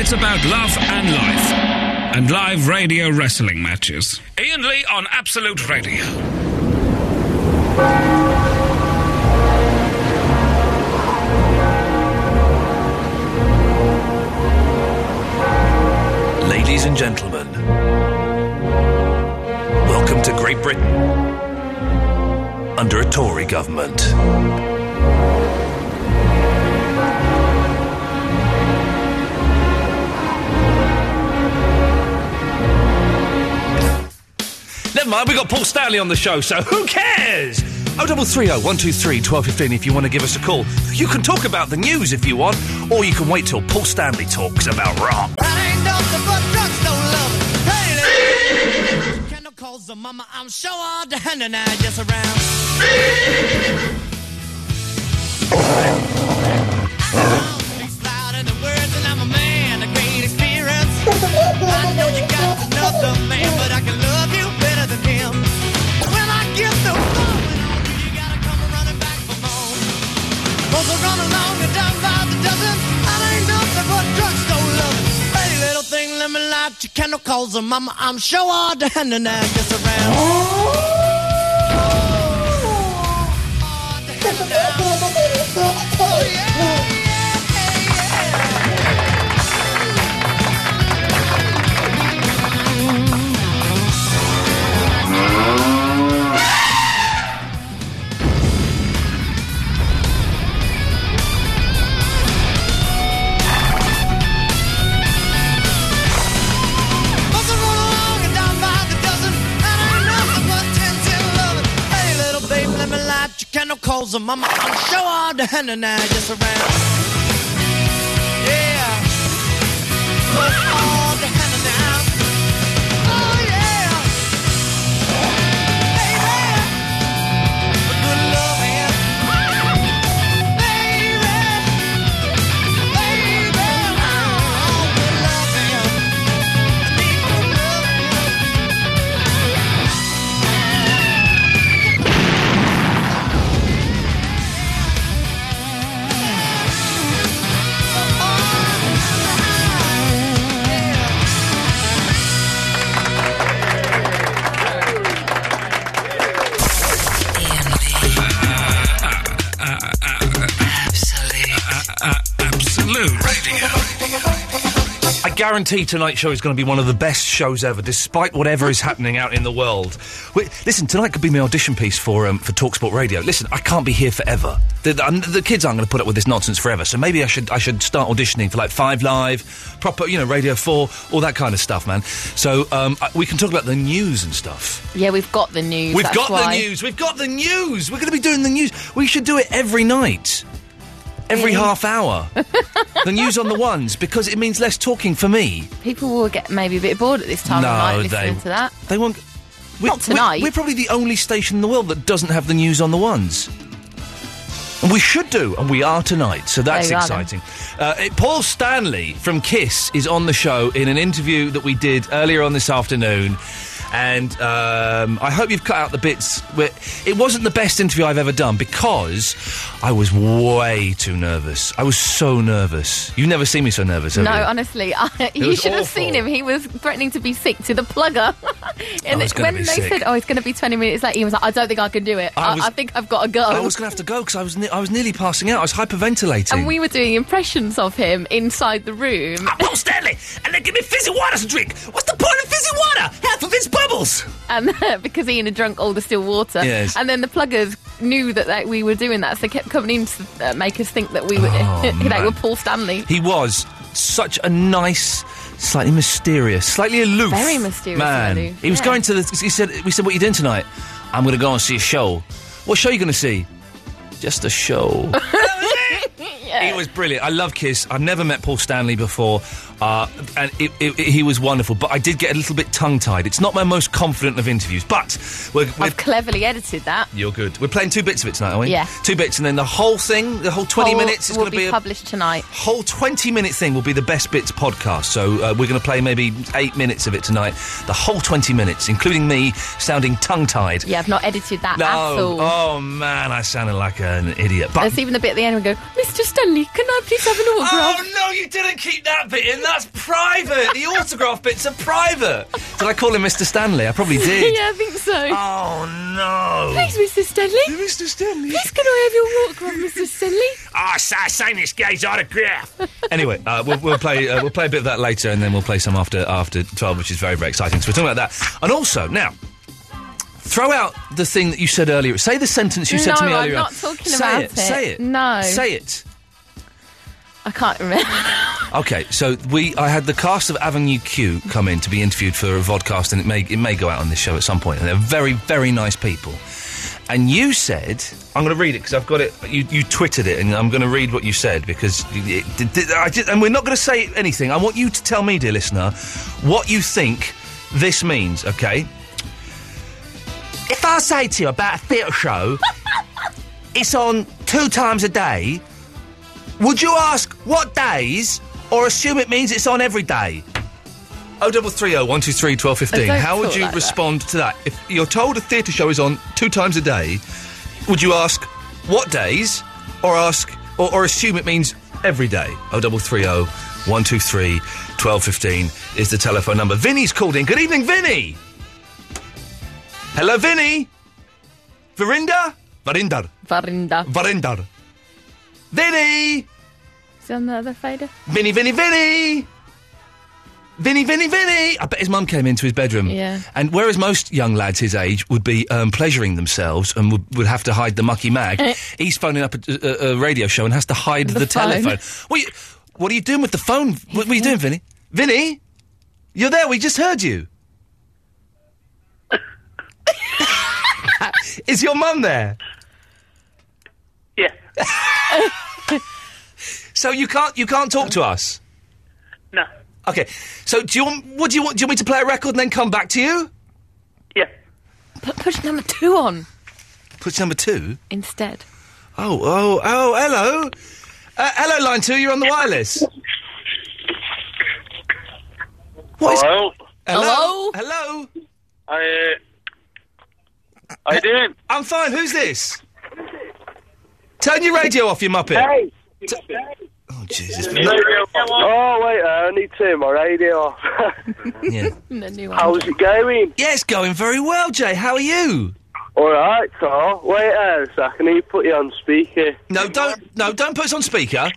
It's about love and life, and live radio wrestling matches. Ian Lee on Absolute Radio. Ladies and gentlemen, welcome to Great Britain under a Tory government. Never mind, we got Paul Stanley on the show, so who cares? Oh, 0330 123 1215 if you want to give us a call. You can talk about the news if you want, or you can wait till Paul Stanley talks about rock. Kendall calls the mama, I'm sure all the hand and I just around. Speaks louder than words, and I'm a man, a great experience. I know you got another man, but I can love you better than him. When I get the phone, you gotta come running back for more. Both are run along and down by the dozen. I ain't nothing but drugstore loving. Hey, little thing, let me light your candle, cause a mama, I'm sure all the hand and I gets around. Oh, Buzz run along and down by the dozen, and I ain't nothing but tens in loving. Hey, little babe, let me light your candle, cause a mama, I'm sure all the hand and I just around. Yeah. Put all the hand and I. Oh, yeah. Baby. A good loving. Baby. Baby. Oh, good loving. Uh, uh, Absolute Radio. I guarantee tonight's show is going to be one of the best shows ever, despite whatever is happening out in the world. Wait, listen, tonight could be my audition piece for um, for Talksport Radio. Listen, I can't be here forever. The, the, I'm- the kids aren't going to put up with this nonsense forever, so maybe I should I should start auditioning for like Five Live, proper, you know, Radio Four, all that kind of stuff, man. So um, I, we can talk about the news and stuff. Yeah, we've got the news. We've that's got why. the news. We've got the news. We're going to be doing the news. We should do it every night, every Really? half hour. the news on the ones because it means less talking for me. People will get maybe a bit bored at this time No, of night listening they- to that. They won't. We're, Not tonight. We're, we're probably the only station in the world that doesn't have the news on the ones. And we should do, and we are tonight, so that's There you are then. exciting. Uh, it- Paul Stanley from Kiss is on the show in an interview that we did earlier on this afternoon. And um, I hope you've cut out the bits where it wasn't the best interview I've ever done because I was way too nervous. I was so nervous. You've never seen me so nervous. have No, you? honestly, I, you was should have awful. seen him. He was threatening to be sick to the plugger. and I was gonna when be they sick. said, "Oh, it's going to be twenty minutes late," he was like, "I don't think I can do it. I I, was- I think I've got to go." I was going to have to go because I was ne- I was nearly passing out. I was hyperventilating. and we were doing impressions of him inside the room. Ah, Paul Stanley, and then give me fizzy water to drink. What's the point of fizzy water? Half of it's bubbles. and because Ian had drunk all the still water, Yes. and then the pluggers knew that, that we were doing that, so they kept coming in to uh, make us think that we were Oh, that man. we were Paul Stanley. He was such a nice, slightly mysterious, slightly aloof, Very mysterious man. and aloof, He was yeah. going to the. He said, "We said, what are you doing tonight? I'm going to go and see a show. What show are you going to see? Just a show." He was brilliant. I love Kiss. I've never met Paul Stanley before, uh, and it, it, it- he was wonderful. But I did get a little bit tongue-tied. It's not my most confident of interviews, but we're, we're I've cleverly edited that. You're good. We're playing two bits of it tonight, aren't we? Yeah. Two bits, and then the whole thing, the whole 20 Whole minutes, is will going to be be, a published tonight. whole 20 minute thing will be the best bits podcast. So uh, we're going to play maybe eight minutes of it tonight. The whole 20 minutes, including me sounding tongue tied. Yeah, I've not edited that No. at all. Oh, man, I sounded like an idiot. But. There's even the bit at the end where we go, Mr. Stanley, can I please have an autograph? Oh no! You didn't keep that bit in. that's private. The autograph bits are private. Did I call him Mr. Stanley? I probably did. yeah, I think so. Oh no. Please, Mr. Stanley. Mr. Stanley. Please, can Oh, I have your autograph, Mr. Stanley? Ah, oh, sign this guy's autograph. anyway, uh, we'll, we'll play uh, we'll play a bit of that later, and then we'll play some after after twelve, which is very very exciting. So we're talking about that, and also now. Throw out the thing that you said earlier. Say the sentence you said to No, me I'm earlier. on. not talking say about it. it. Say it. No. Say it. I can't remember. Okay, so we I had the cast of Avenue Q come in to be interviewed for a vodcast, and it may it may go out on this show at some point. And they're very very nice people. And you said I'm going to read it because I've got it. You you twittered it, and I'm going to read what you said because it, it, it- I just, and we're not going to say anything. I want you to tell me, dear listener, what you think this means. Okay. If I say to you about a theatre show, it's on two times a day. Would you ask what days, or assume it means it's on every day? O Oh, double three O one two three twelve I fifteen. don't How would talk you like that. respond to that? If you're told a theatre show is on two times a day, would you ask what days, or ask, or, or assume it means every day? O double three O one two three twelve fifteen is the telephone number. Vinny's called in. Good evening, Vinny. Hello, Vinny. Verinder. Verinder. Varinda. Verinder. Vinny. Is it on the other fader? Vinny, Vinny, Vinny! Vinny, Vinny, Vinny! I bet his mum came into his bedroom. Yeah. And whereas most young lads his age would be um, pleasuring themselves and would, would have to hide the mucky mag, he's phoning up a, a, a radio show and has to hide the, The phone. telephone. What, you, what are you doing with the phone? What, what are you doing, Vinny? Vinny? You're there, we just heard you. Is your mum there? Yeah. So you can't you can't talk to us. No. Okay. So do you want, what do you want? Do you want me to play a record and then come back to you? Yeah. Put push number two on Push number two. instead. Oh, oh, oh, hello. Uh, hello, line two, you're on the wireless. What is- Hello. hello? Hello? Hello? I. Uh, how you doing? I'm fine, who's this? Turn your radio off, you muppet. Hey! Oh, Jesus. Oh, wait, uh, I need to turn my radio off. Yeah. And the new one. How's it going? yeah, it's going very well, Jay. How are you? Alright, so, wait there a second, I need to put you on speaker. No, don't, no, don't put us on speaker.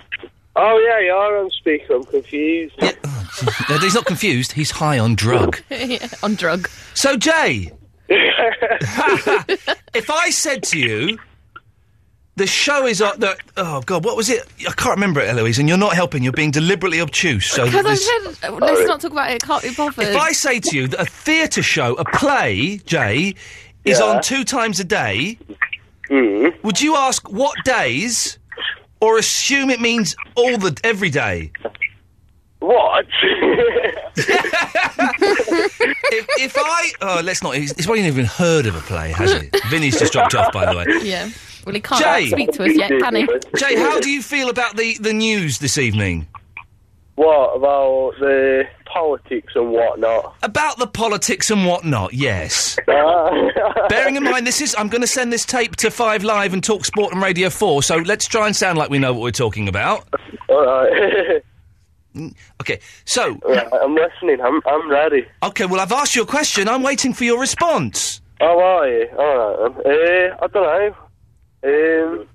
Oh, yeah, you are on speaker, I'm confused. No, he's not confused. He's high on drug. Yeah, on drug. So, Jay, if I said to you, the show is on the. Oh, God, what was it? I can't remember it, Eloise, and you're not helping. You're being deliberately obtuse. So that Because I Oh, this- said, uh, let's not talk about it. Can't be bothered. if I say to you that a theatre show, a play, Jay, is Yeah. Hmm. on two times a day, would you ask what days or assume it means all the every day? what? if, if I. Oh, let's not. He's, he's probably never even heard of a play, has he? Vinny's just dropped off, by the way. yeah. Well, he can't Jay. speak to us yet, can he? Jay, how do you feel about the, the news this evening? What about the politics and whatnot? About the politics and whatnot, yes. Ah. Bearing in mind, this is I'm going to send this tape to Five Live and Talk Sport and Radio Four. So let's try and sound like we know what we're talking about. Alright. Okay, so Right, I'm listening, I'm, I'm ready. okay, well I've asked you a question. I'm waiting for your response. How are you? Alright Eh, then. Uh, I don't know. Um,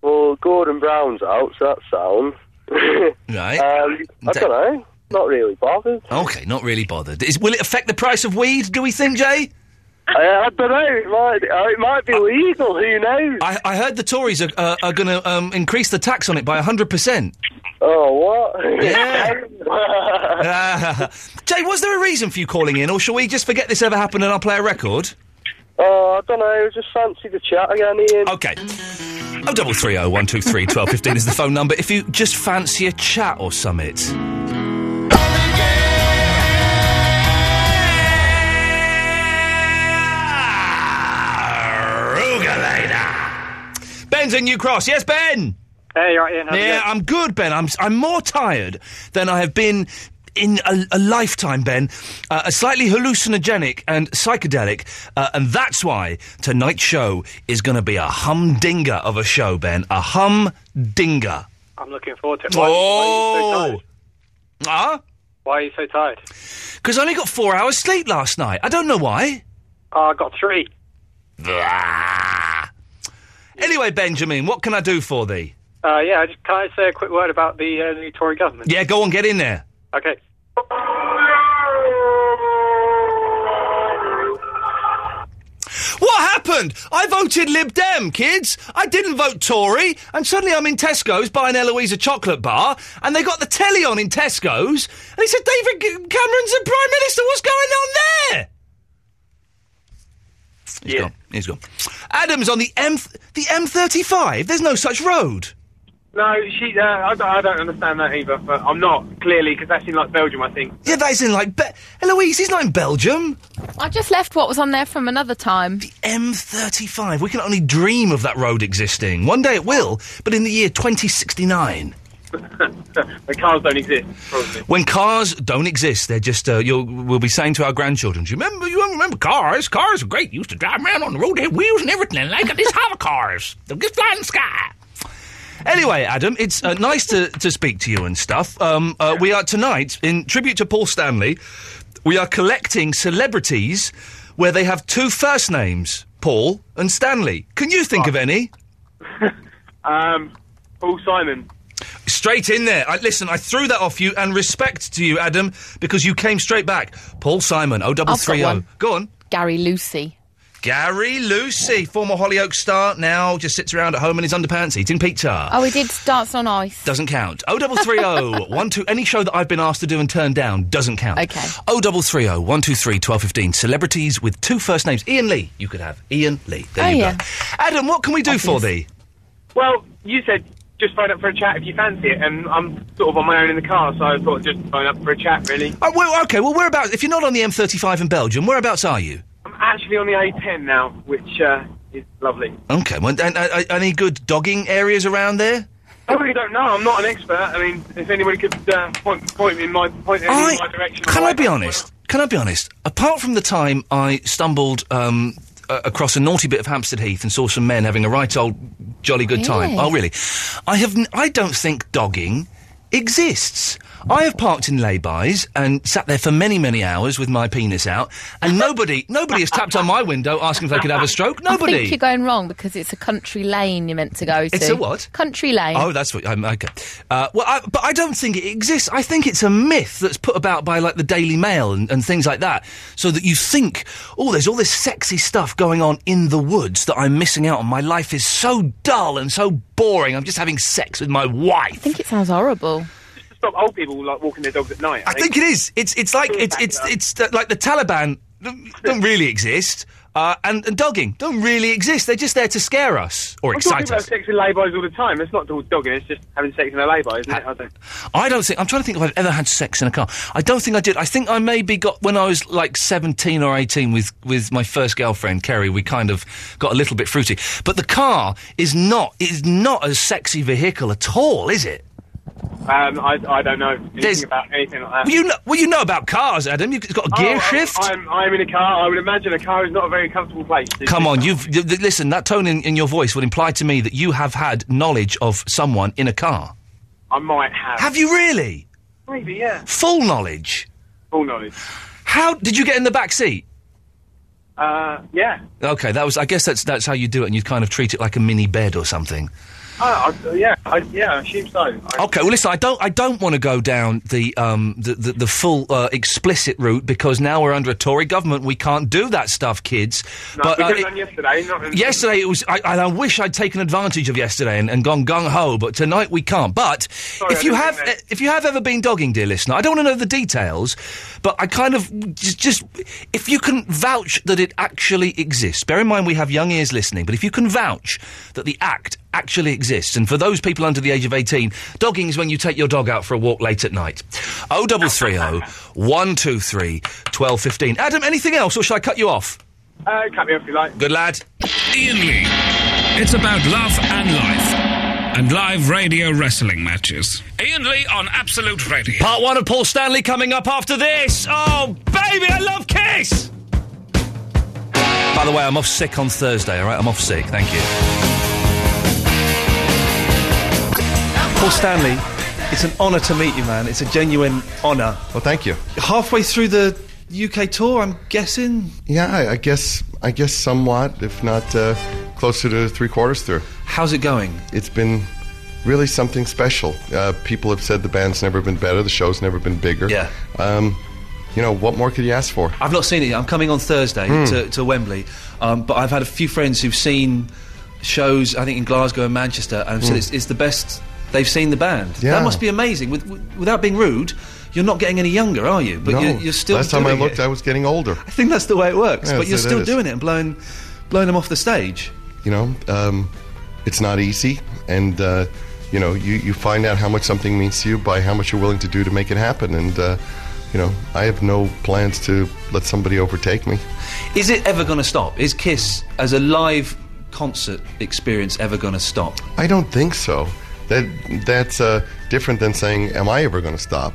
well, Gordon Brown's out, so that's sound. Right. um, I don't know. Not really bothered. Okay, not really bothered. Is, will it affect the price of weed? Do we think, Jay? Uh, I don't know. It might, uh, it might be legal. Who knows? I, I heard the Tories are, uh, are going to um, increase the tax on it by hundred percent. oh, what? Oh, Ah, Jay, was there a reason for you calling in, or shall we just forget this ever happened and I'll play a record? oh, I don't know. Just fancy the chat again, Ian. Okay. Oh, double three oh one two three twelve fifteen is the phone number. If you just fancy a chat or summit. Ben's in New Cross. Yes, Ben. Hey, right, Ian. Yeah, I'm good, Ben. I'm I'm more tired than I have been in a, a lifetime, Ben. Uh, a slightly hallucinogenic and psychedelic, uh, and that's why tonight's show is going to be a humdinger of a show, Ben. A humdinger. I'm looking forward to it. Oh, Ah? Why are you so tired? Because I only got four hours sleep last night. I don't know why. Oh, I got three. Anyway, Benjamin, what can I do for thee? Uh, yeah, I just, can I say a quick word about the uh, new Tory government? Yeah, go on, get in there. Okay. What happened? I voted Lib Dem, kids. I didn't vote Tory, and suddenly I'm in Tesco's buying Eloise a chocolate bar, and they got the telly on in Tesco's, and he said David G- Cameron's the Prime Minister. What's going on there? He's gone. He's gone. Adam's on the M the M35. There's no such road. No, she. Uh, I, don't, I don't understand that either, but I'm not clearly because that's in like Belgium, I think. Yeah, that is in like Be- Eloise. He's not in Belgium. I just left what was on there from another time. M35. We can only dream of that road existing. One day it will, but in the year 2069. the cars don't exist. Probably. When cars don't exist, they're just uh, you'll we'll be saying to our grandchildren, "Do you remember? You remember cars? Cars were great. You used to drive around on the road, they had wheels and everything. And like these hover cars, they'll just fly in the sky." Anyway, Adam, it's uh, nice to, to speak to you and stuff. Um, uh, we are tonight in tribute to Paul Stanley. We are collecting celebrities where they have two first names, Paul and Stanley. Can you think of any? Ah. Um, Paul Simon. Straight in there. I, listen, I threw that off you, and respect to you, Adam, because you came straight back. Paul Simon, I've got 0330. one. Go on. Gary Lucy. Gary Lucy, former Hollyoaks star, now just sits around at home in his underpants eating pizza. Oh, he did Dance on Ice. Doesn't count. 0330 12 any show that I've been asked to do and turned down doesn't count. Okay. 0330 123 1215 celebrities with two first names. Ian Lee, you could have. Ian Lee. There Oh, you yeah. go. Adam, what can we do for thee? Well, you said just phone up for a chat if you fancy it, and I'm sort of on my own in the car, so I thought just phone up for a chat. Really, Oh, well, okay, well, whereabouts? If you're not on the M35 in Belgium, whereabouts are you? I'm actually on the A10 now, which uh, is lovely. Okay, well, and, uh, uh, any good dogging areas around there? I really don't know. I'm not an expert. I mean, if anybody could uh, point point me in my point in my direction. can the I way be back, honest? Can I be honest? Apart from the time I stumbled um, uh, across a naughty bit of Hampstead Heath and saw some men having a right old jolly good time. Really? Oh, really? I have. N- I don't think dogging exists. I have parked in laybys and sat there for many, many hours with my penis out, and nobody, nobody has tapped on my window asking if they could have a stroke. Nobody. I think you're going wrong because it's a country lane you're meant to go to. It's a what? Country lane. Oh, that's what I'm okay. Uh, well, I, but I don't think it exists. I think it's a myth that's put about by like the Daily Mail and, and things like that, so that you think, oh, there's all this sexy stuff going on in the woods that I'm missing out on. My life is so dull and so boring. I'm just having sex with my I wife. think it sounds horrible. Just to stop old people like walking their dogs at night. I think it is. It's it's like it's it's it's uh, like the Taliban don't- don't really exist. Uh, and, and dogging don't really exist. They're just there to scare us or I'm sure excite people have us. sex in laybys all the time. It's not all dogging. It's just having sex in a layby, isn't it? I don't. I don't think I'm trying to think if I've ever had sex in a car. I don't think I did. I think I maybe got when I was like 17 or 18 with with my first girlfriend Kerry. We kind of got a little bit fruity. But the car is not is not a sexy vehicle at all, is it? Um, I, I don't know anything There's- about anything like that. Well, you know, well, you know about cars, Adam. You've got a gear Oh, shift. I'm, I'm in a car. I would imagine a car is not a very comfortable place. to- Come on, you've th- th- listen. That tone in, in your voice would imply to me that you have had knowledge of someone in a car. I might have. Have you really Maybe, yeah. full knowledge? Full knowledge. How did you get in the back seat? Uh, yeah. Okay, that was. I guess that's that's how you do it, and you kind of treat it like a mini bed or something. Oh, I, yeah. I, yeah. I assume so. I, Okay, well, listen, I don't I don't want to go down the um the the, the full uh, explicit route because now we're under a Tory government. We can't do that stuff, kids. no, but we uh, could have it- done yesterday. Not yesterday it was. I, and I wish I'd taken advantage of yesterday and, and gone gung ho, but tonight we can't. But Sorry, if I you didn't have mean that. if you have ever been dogging, dear listener, I don't want to know the details, but I kind of just, just if you can vouch that it actually exists. Bear in mind we have young ears listening, but if you can vouch that the act actually exists, and for those people under the age of eighteen, dogging is when you take your dog out for a walk late at night. O double three O one two three twelve fifteen. Adam, anything else, or shall I cut you off? Uh, cut me off if you like. Good lad. Ian Lee. It's about love and life and live radio wrestling matches. Ian Lee on Absolute Radio. Part one of Paul Stanley coming up after this. Oh, baby, I love Kiss! By the way, I'm off sick on Thursday, all right? I'm off sick, thank you. Paul Stanley It's an honour to meet you, man. It's a genuine honour. Well, thank you. Halfway through the UK tour, I'm guessing. Yeah, I, I guess I guess somewhat, if not uh, closer to three quarters through. How's it going? It's been really something special. Uh, people have said the band's never been better, the show's never been bigger. Yeah. Um, you know, what more could you ask for? I've not seen it yet. I'm coming on Thursday Hmm. to, to Wembley, um, but I've had a few friends who've seen shows, I think, in Glasgow and Manchester, and have said it's, it's the best they've seen the band. Hmm. Yeah. That must be amazing. With, w without being rude, you're not getting any younger, are you? But no. you're, you're still Last time I doing looked, it. I was getting older. I think that's the way it works, Yeah, but you're so that still is. doing it and blowing, blowing them off the stage. you know um, it's not easy and uh, you know you, you find out how much something means to you by how much you're willing to do to make it happen and uh, you know i have no plans to let somebody overtake me Is it ever going to stop? Is Kiss as a live concert experience ever going to stop? i don't think so that that's uh, different than saying am i ever going to stop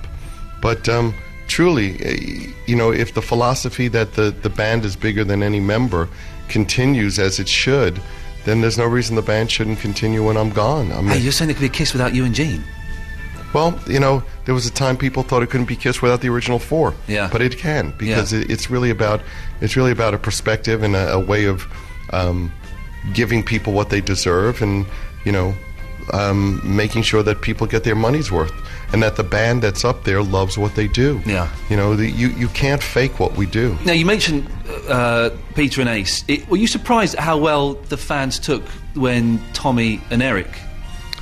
but um, truly eh, you know if the philosophy that the, the band is bigger than any member continues as it should then there's no reason the band shouldn't continue when i'm gone i mean Hey, you're saying there could be a Kiss without you and Gene? Well, you know, there was a time people thought it couldn't be Kiss without the original four. Yeah. But it can because Yeah. it, it's really about it's really about a perspective and a, a way of um, giving people what they deserve, and you know, um, making sure that people get their money's worth, and that the band that's up there loves what they do. Yeah. You know, the, you you can't fake what we do. Now you mentioned uh, Peter and Ace. It, were you surprised at how well the fans took when Tommy and Eric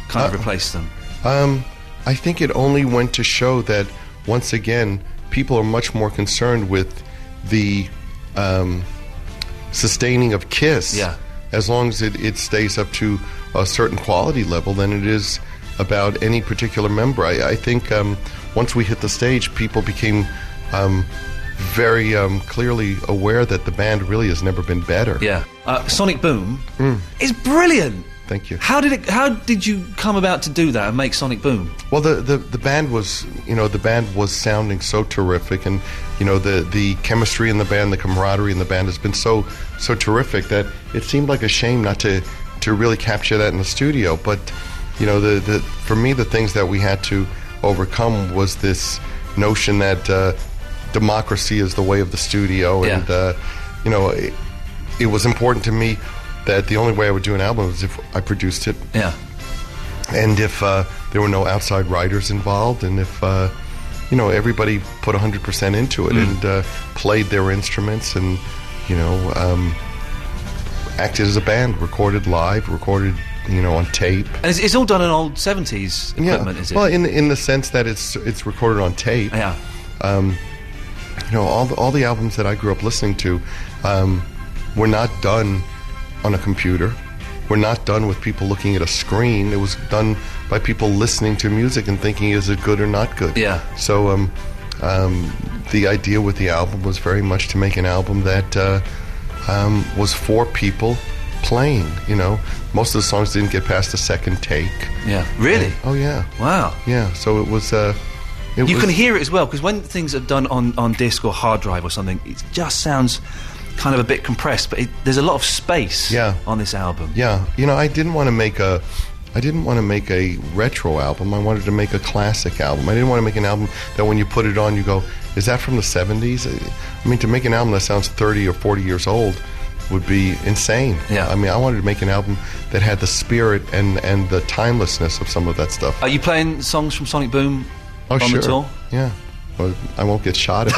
kind of replaced them? Um, I think it only went to show that once again, people are much more concerned with the um, sustaining of Kiss. Yeah. As long as it, it stays up to a certain quality level, than it is about any particular member. I, I think um, once we hit the stage, people became um, very um, clearly aware that the band really has never been better. Yeah. Uh, Sonic Boom Hmm. is brilliant. Thank you. How did it? How did you come about to do that and make Sonic Boom? Well, the, the the band was you know the band was sounding so terrific, and you know the the chemistry in the band, the camaraderie in the band has been so so terrific that it seemed like a shame not to to really capture that in the studio. But you know the, the for me the things that we had to overcome was this notion that uh, democracy is the way of the studio, Yeah. and uh, you know it, it was important to me that the only way I would do an album is if I produced it Yeah. and if uh, there were no outside writers involved, and if uh, you know everybody put 100% into it Mm. and uh, played their instruments, and you know um, acted as a band, recorded live, recorded you know on tape. And it's, it's all done in old seventies equipment, is it? well, in in the sense that it's it's recorded on tape. yeah. Um, you know, all the, all the albums that I grew up listening to um, were not done on a computer. Were not done with people looking at a screen. It was done by people listening to music and thinking, is it good or not good? Yeah. So, um, um, the idea with the album was very much to make an album that uh, um, was for people playing. You know, most of the songs didn't get past the second take. Yeah. Really? Oh yeah. Wow. Yeah. So it was. Uh, it You was, can hear it as well because when things are done on, on disc or hard drive or something, it just sounds kind of a bit compressed. But it, there's a lot of space Yeah. on this album. Yeah, you know, I didn't want to make a, I didn't want to make a retro album. I wanted to make a classic album. I didn't want to make an album that when you put it on, you go, "Is that from the '70s?" I mean, to make an album that sounds 30 or 40 years old would be insane. Yeah. I mean, I wanted to make an album that had the spirit and and the timelessness of some of that stuff. Are you playing songs from Sonic Boom oh, on sure. the tour? Yeah. Well, I won't get shot. If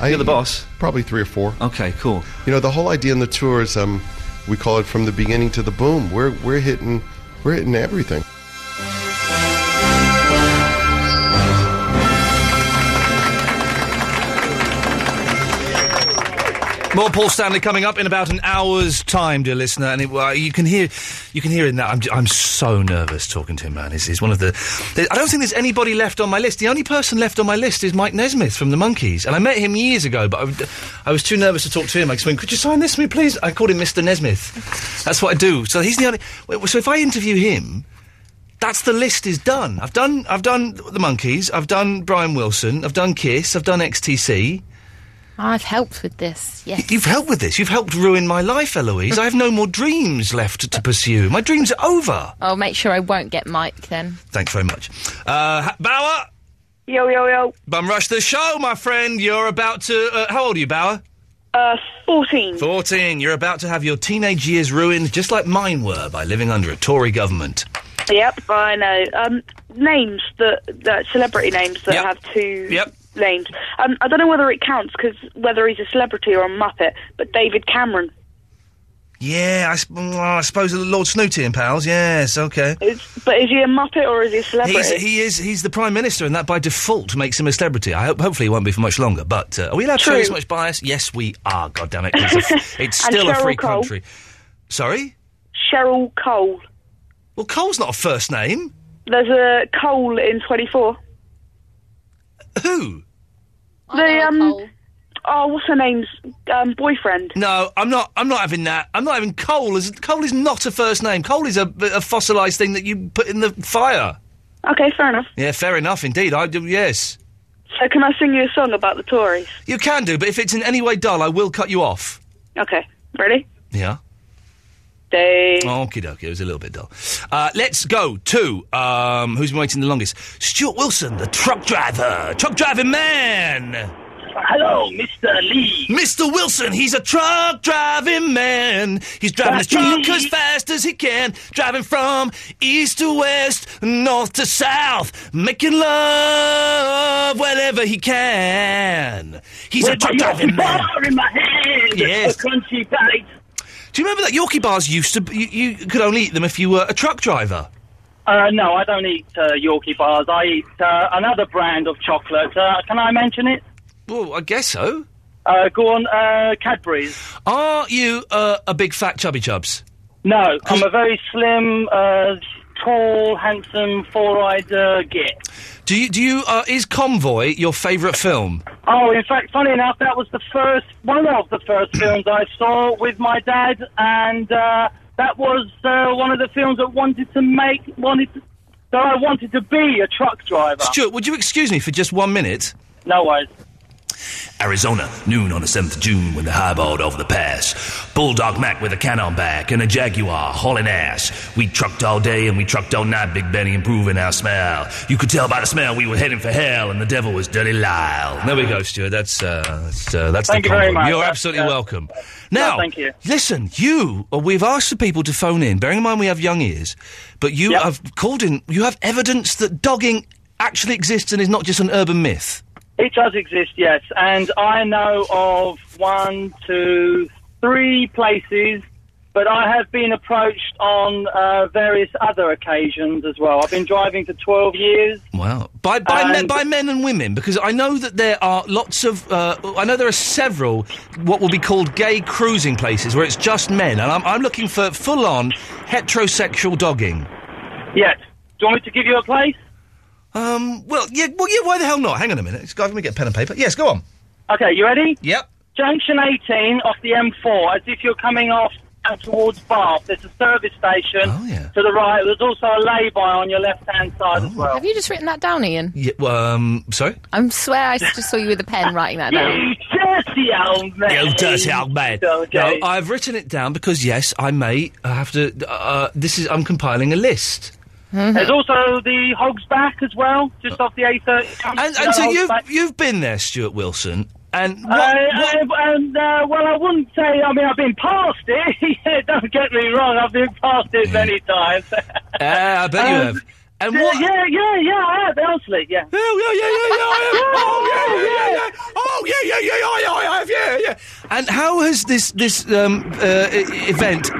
I, You're the boss. Probably three or four. Okay, cool. You know, the whole idea in the tour is um, we call it from the beginning to the boom. We're we're hitting we're hitting everything. More Paul Stanley coming up in about an hour's time, dear listener, and it, uh, you can hear, you can hear in that. I'm, j- I'm so nervous talking to him, man. He's, he's one of the. there- I don't think there's anybody left on my list. The only person left on my list is Mike Nesmith from the Monkees, and I met him years ago, but I, would- I was too nervous to talk to him. I just went, "Could you sign this for me, please?" I called him Mr. Nesmith. That's what I do. So he's the only. well, So if I interview him, that's the list is done. I've done. I've done the Monkees. I've done Brian Wilson. I've done Kiss. I've done XTC. I've helped with this. Yes. You've helped with this. You've helped ruin my life, Eloise. I have no more dreams left to pursue. My dreams are over. I'll make sure I won't get Mike then. Thanks very much. Uh, Ha- Bauer, Yo, yo, yo. Bum Rush the show, my friend. You're about to. Uh, how old are you, Bauer? Uh, 14. 14. You're about to have your teenage years ruined, just like mine were, by living under a Tory government. Yep, I know. Um, names that, that celebrity names that Yep. have two Yep. names. Um, I don't know whether it counts because whether he's a celebrity or a muppet, but David Cameron. Yeah, I, sp- well, I suppose Lord Snooty and pals. Yes, okay. But is he a muppet or is he a celebrity? He's, he is. He's the prime minister, and that by default makes him a celebrity. I hope. Hopefully, it won't be for much longer. But uh, are we allowed to show True. this much bias? Yes, we are. God damn it! It's, a- it's And still a Cheryl free Cole. country. Sorry. Cheryl Cole. Well, Cole's not a first name. There's a Cole in 24. Who? The, um, oh, what's her name's um, boyfriend? No, I'm not. I'm not having that. I'm not having Cole. As Cole is not a first name. Cole is a, a fossilised thing that you put in the fire. Okay, fair enough. Yeah, fair enough indeed. I do. Yes, So can I sing you a song about the Tories? you can do. But if it's in any way dull, I will cut you off. Okay, ready? Yeah. They. Okie dokie, it was a little bit dull. Uh, let's go to um, who's been waiting the longest? Stuart Wilson, the truck driver, truck driving man. Hello, Mr. Lee. Mr. Wilson, he's a truck driving man. He's driving his That's truck as fast as he can, driving from east to west, north to south, making love wherever he can. He's a With truck my driving Yorkie man. bar in my hand. Yes. A crunchy patty. Do you remember that Yorkie bars used to? You, you could only eat them if you were a truck driver. Uh, no, I don't eat uh, Yorkie bars. I eat uh, another brand of chocolate. Uh, can I mention it? Well, I guess so. Uh, go on, uh, Cadbury's. Aren't you uh, a big fat chubby chubs? No, I'm a very slim, uh, tall, handsome, four-eyed uh, git. Do you do you uh, is Convoy your favourite film? Oh, in fact, funny enough, that was the first one of the first films I saw with my dad, and uh, that was uh, one of the films that wanted to make wanted to, that I wanted to be a truck driver. Stuart, would you excuse me for just one minute? No worries. Arizona, noon on the 7th of June when the highballed over the pass. Bulldog Mac with a cannon back and a Jaguar hauling ass. We trucked all day and we trucked all night, Big Benny improving our smell. You could tell by the smell we were heading for hell and the devil was Dirty Lyle. There we go, Stuart. That's, uh, that's, uh, that's Thank the you very combo. much. You're That's, absolutely uh, welcome. no, Now, thank you. listen, you, uh, we've asked the people to phone in, bearing in mind we have young ears, but you have called in, you have evidence that dogging actually exists and is not just an urban myth. It does exist, yes, and I know of one, two, three places. But I have been approached on uh, various other occasions as well. I've been driving for 12 years. Wow. By by, men, And- by men and women, because I know that there are lots of, uh, I know there are several what will be called gay cruising places where it's just men, and I'm, I'm looking for full on heterosexual dogging. Yes. Do you want me to give you a place? Um, well, yeah, well, yeah, why the hell not? Hang on a minute. It's got- Let me get a pen and paper. Yes, go on. Okay, you ready? Yep. Junction 18 off the M4, as if you're coming off out towards Bath. There's a service station Oh, to the right. There's also a lay-by on your left-hand side Oh. as well. Have you just written that down, Ian? Yeah, well, um, sorry? I swear I just saw you with a pen writing that down. dirty old man. You dirty old man. Okay. No, I've written it down because, yes, I may have to, uh, this is, I'm compiling a list. Mm-hmm. There's also the Hogs Back as well, just off the A30. And, and so you've, you've been there, Stuart Wilson, and Uh, uh, and, uh, well, I wouldn't say. I mean, I've been past it. yeah, don't get me wrong. I've been past it many times. Ah, I bet Um, you have. Mm. And yeah, what- Yeah, yeah, yeah. I have. Honestly, yeah. Yeah, yeah, yeah, yeah, yeah. Oh, yeah, yeah, yeah, yeah. Oh, yeah, yeah, yeah, yeah, yeah, I have, yeah, yeah. And how has this this um, uh, e- event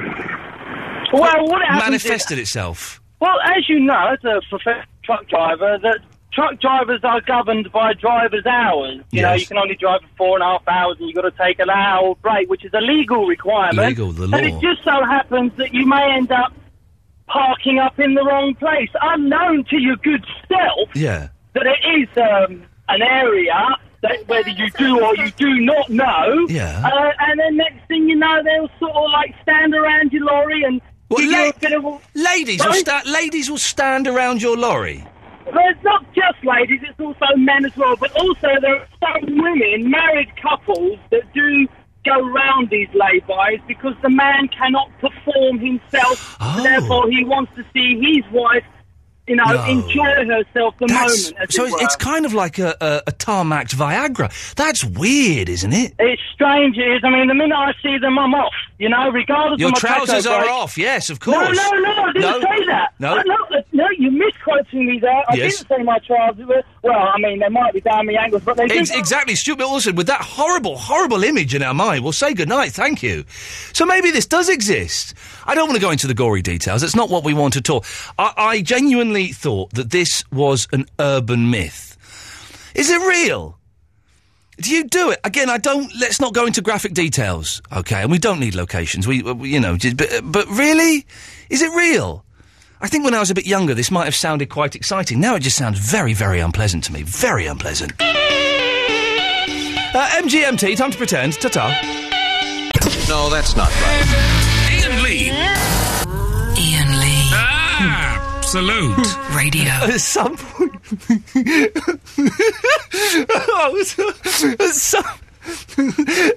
Well, what happens is- manifested itself? Well, as you know, as a professional truck driver, that truck drivers are governed by drivers' hours. You know, Yes. you can only drive for four and a half hours, and you've got to take an hour break, which is a legal requirement. Legal, the And law. it just so happens that you may end up parking up in the wrong place, unknown to your good self Yeah. that it is um, an area that whether you do or you do not know. Yeah. Uh, and then next thing you know, they'll sort of like stand around your lorry and Well, give you la- a bit of a- Ladies will Sorry? sta- ladies will stand around your lorry. Well, it's not just ladies, it's also men as well. But also, there are some women, married couples, that do go round these lay-bys because the man cannot perform himself. Oh. Therefore, he wants to see his wife, you know, No. enjoy herself the That's- moment. As so it it's, were. it's kind of like a, a, a tarmac Viagra. That's weird, isn't it? It's strange, it is. I mean, the minute I see them, I'm off. You know, regardless Your of my trousers taco are break. off, yes, of course. No, no, no, I didn't No, say that. no. Uh, no, no, you misquoting me there. I Yes. didn't say my trousers were. Well, I mean, they might be down the angles, but they Ex- didn't. exactly, Stuart Wilson, with that horrible, horrible image in our mind, we'll say goodnight, thank you. So maybe this does exist. I don't want to go into the gory details. It's not what we want at all. I, I genuinely thought that this was an urban myth. Is it real? Do you do it again? I don't. Let's not go into graphic details, okay? And we don't need locations. We, we you know, just, but, but really, is it real? I think when I was a bit younger, this might have sounded quite exciting. Now it just sounds very, very unpleasant to me. Very unpleasant. Uh, MGMT, time to pretend. Ta ta. No, that's not right. Ian Lee. Ian Lee. Ah, salute. Radio. At some point. I was- Oh, at some.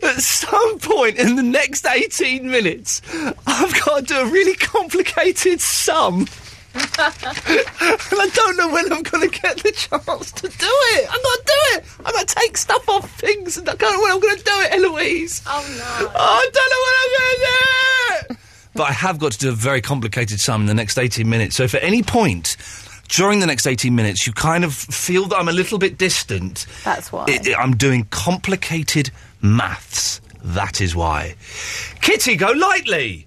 At some point in the next 18 minutes, I've got to do a really complicated sum. and I don't know when I'm going to get the chance to do it. I'm going to do it. I'm going to take stuff off things and I don't know when I'm going to do it, Eloise. Oh, no. I don't know when I'm going to do it. But I have got to do a very complicated sum in the next 18 minutes. So if at any point during the next 18 minutes you kind of feel that I'm a little bit distant, That's why. I- I- I'm doing complicated maths. That is why. Kitty, go lightly.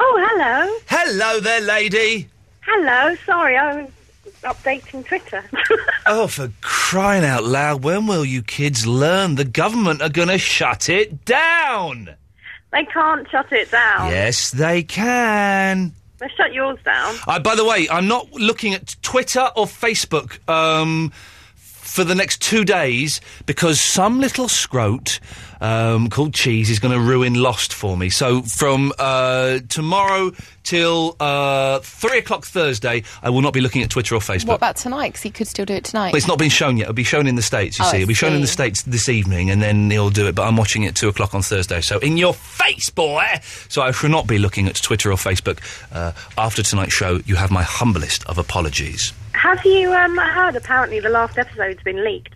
Oh, hello. Hello there, lady. Hello. Sorry, I was updating Twitter. Oh, for crying out loud, when will you kids learn? The government are going to shut it down. they can't shut it Oh. down. Yes, they can. They shut yours down. Uh, by the way, I'm not looking at Twitter or Facebook um, for the next two days because some little scrote um, called Cheese is going to ruin Lost for me. So from uh, tomorrow till uh, three o'clock Thursday, I will not be looking at Twitter or Facebook. What about tonight? Because he could still do it tonight. Well, it's not been shown yet. It'll be shown in the States, you Oh, see. I It'll be shown in the see. States this evening, and then he'll do it. But I'm watching it at 2 o'clock on Thursday. So, in your face, boy! So, I shall not be looking at Twitter or Facebook. Uh, after tonight's show, you have my humblest of apologies. Have you um, heard? Apparently, the last episode's been leaked.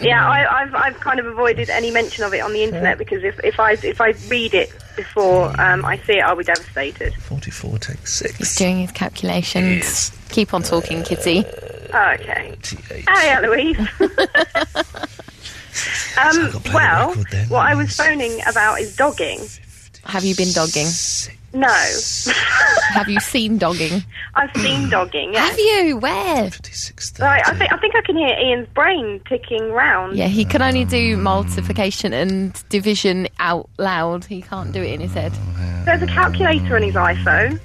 yeah, I, I've I've kind of avoided any mention of it on the internet because if, if I if I read it before um, I see it, I'll be devastated. 44 takes 6. He's doing his calculations. Keep on talking, Kitty. Oh, okay. Hi, Eloise. um, well, what I was phoning about is dogging. Have you been dogging? No, Have you seen dogging? I've seen dogging. Yes. Have you? Where? Right, I think I think I can hear Ian's brain ticking round. Yeah, he can only do multiplication and division out loud. He can't do it in his head. There's a calculator in his iPhone.